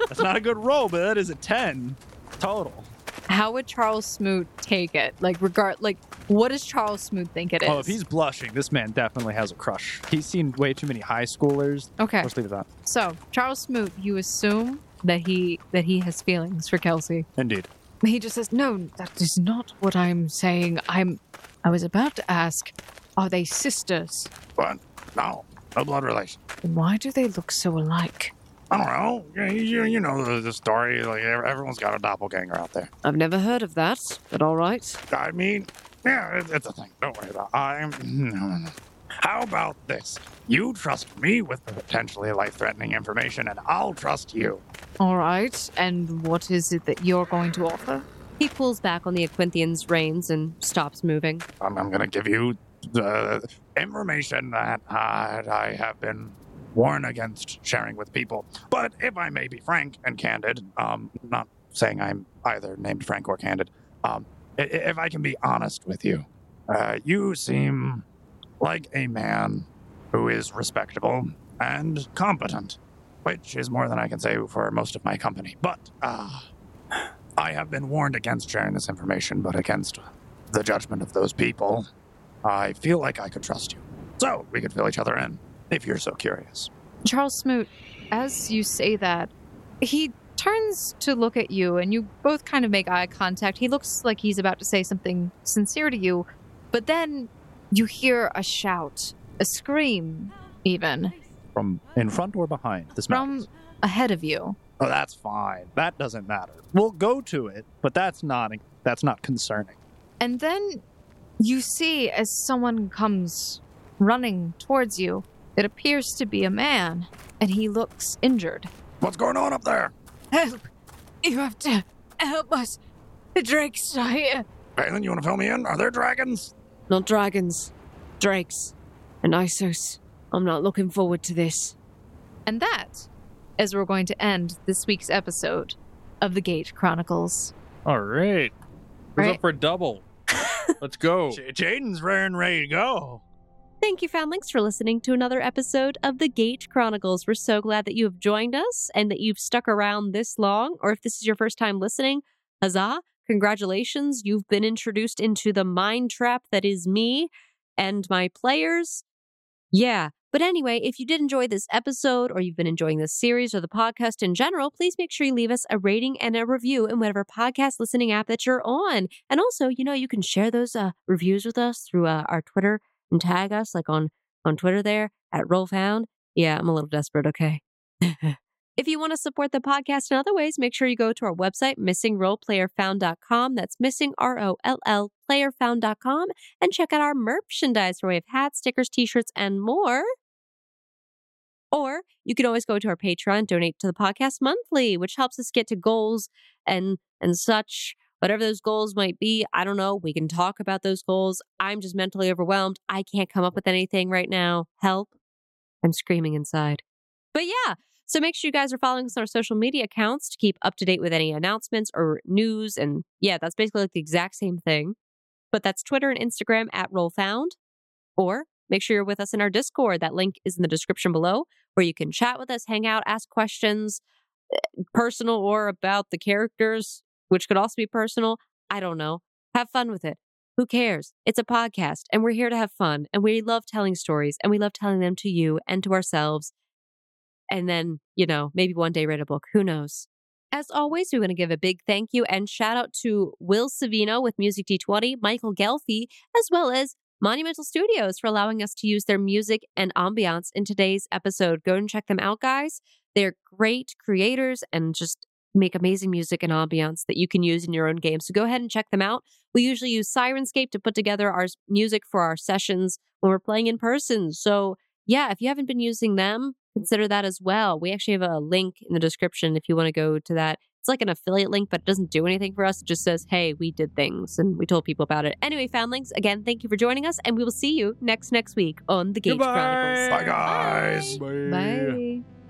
that's not a good roll, but that is a 10 total. How would Charles Smoot take it? Like, regard, like, what does Charles Smoot think it is? Oh, if he's blushing, this man definitely has a crush. He's seen way too many high schoolers. okay. Let's leave it at that. So Charles Smoot, you assume that he that he has feelings for Kelsey. Indeed. He just says, "No, that is not what I'm saying. I'm. I was about to ask, are they sisters? But no, no blood relation. Then why do they look so alike?" I don't know. You, you, you know the, the story. Like ev- everyone's got a doppelganger out there. I've never heard of that, but all right. I mean, yeah, it, it's a thing. Don't worry about. It. I'm. no, no, no. How about this? You trust me with the potentially life-threatening information, and I'll trust you. All right. And what is it that you're going to offer? He pulls back on the Aquinthian's reins and stops moving. I'm, I'm going to give you the information that I, I have been warned against sharing with people. But if I may be frank and candid, um, not saying I'm either named Frank or candid, um, i- i- if I can be honest with you, uh, you seem like a man who is respectable and competent, which is more than I can say for most of my company. But uh, I have been warned against sharing this information, but against the judgment of those people. I feel like I could trust you. So we could fill each other in, if you're so curious. Charles Smoot, as you say that, he turns to look at you and you both kind of make eye contact. He looks like he's about to say something sincere to you, but then you hear a shout, a scream, even From in front or behind? This from matters. ahead of you. Oh, that's fine. That doesn't matter. We'll go to it, but that's not that's not concerning. And then you see as someone comes running towards you, it appears to be a man, and he looks injured. What's going on up there? Help! You have to help us. The Drake's are here. Valen, you want to fill me in? Are there dragons? Not dragons, drakes, and Isos. I'm not looking forward to this. And that is we're going to end this week's episode of the Gate Chronicles. All right. Who's Right. *laughs* up for double? Let's go. J- Jaden's raring ready to go. Thank you, Foundlings, for listening to another episode of The Gate Chronicles. We're so glad that you have joined us and that you've stuck around this long. Or if this is your first time listening, huzzah, congratulations. You've been introduced into the mind trap that is me and my players. Yeah. But anyway, if you did enjoy this episode or you've been enjoying this series or the podcast in general, please make sure you leave us a rating and a review in whatever podcast listening app that you're on. And also, you know, you can share those uh, reviews with us through uh, our Twitter and tag us like on on Twitter there at Rollfound. Yeah, I'm a little desperate, okay. *laughs* if you want to support the podcast in other ways, make sure you go to our website missingroleplayerfound.com. That's missing r o l l playerfound.com and check out our merchandise where we have hats, stickers, t-shirts, and more. Or you can always go to our Patreon, donate to the podcast monthly, which helps us get to goals and and such whatever those goals might be. I don't know. We can talk about those goals. I'm just mentally overwhelmed. I can't come up with anything right now. Help. I'm screaming inside. But yeah, so make sure you guys are following us on our social media accounts to keep up to date with any announcements or news. And yeah, that's basically like the exact same thing. But that's Twitter and Instagram at RollFound. Or make sure you're with us in our Discord. That link is in the description below where you can chat with us, hang out, ask questions, eh, personal or about the characters, which could also be personal. I don't know. Have fun with it. Who cares? It's a podcast, and we're here to have fun. And we love telling stories, and we love telling them to you and to ourselves. And then, you know, maybe one day write a book. Who knows? As always, we want to give a big thank you and shout out to Will Savino with Music D20, Michael Gelfi, as well as Monumental Studios for allowing us to use their music and ambiance in today's episode. Go and check them out, guys. They're great creators and just make amazing music and ambiance that you can use in your own game. So go ahead and check them out. We usually use Sirenscape to put together our s- music for our sessions when we're playing in person. So, yeah, if you haven't been using them, consider that as well. We actually have a link in the description if you want to go to that. It's like an affiliate link, but it doesn't do anything for us. It just says, hey, we did things and we told people about it. Anyway, Foundlings, again, thank you for joining us, and we will see you next next week on The Gage Chronicles. Bye, guys. Bye. Bye.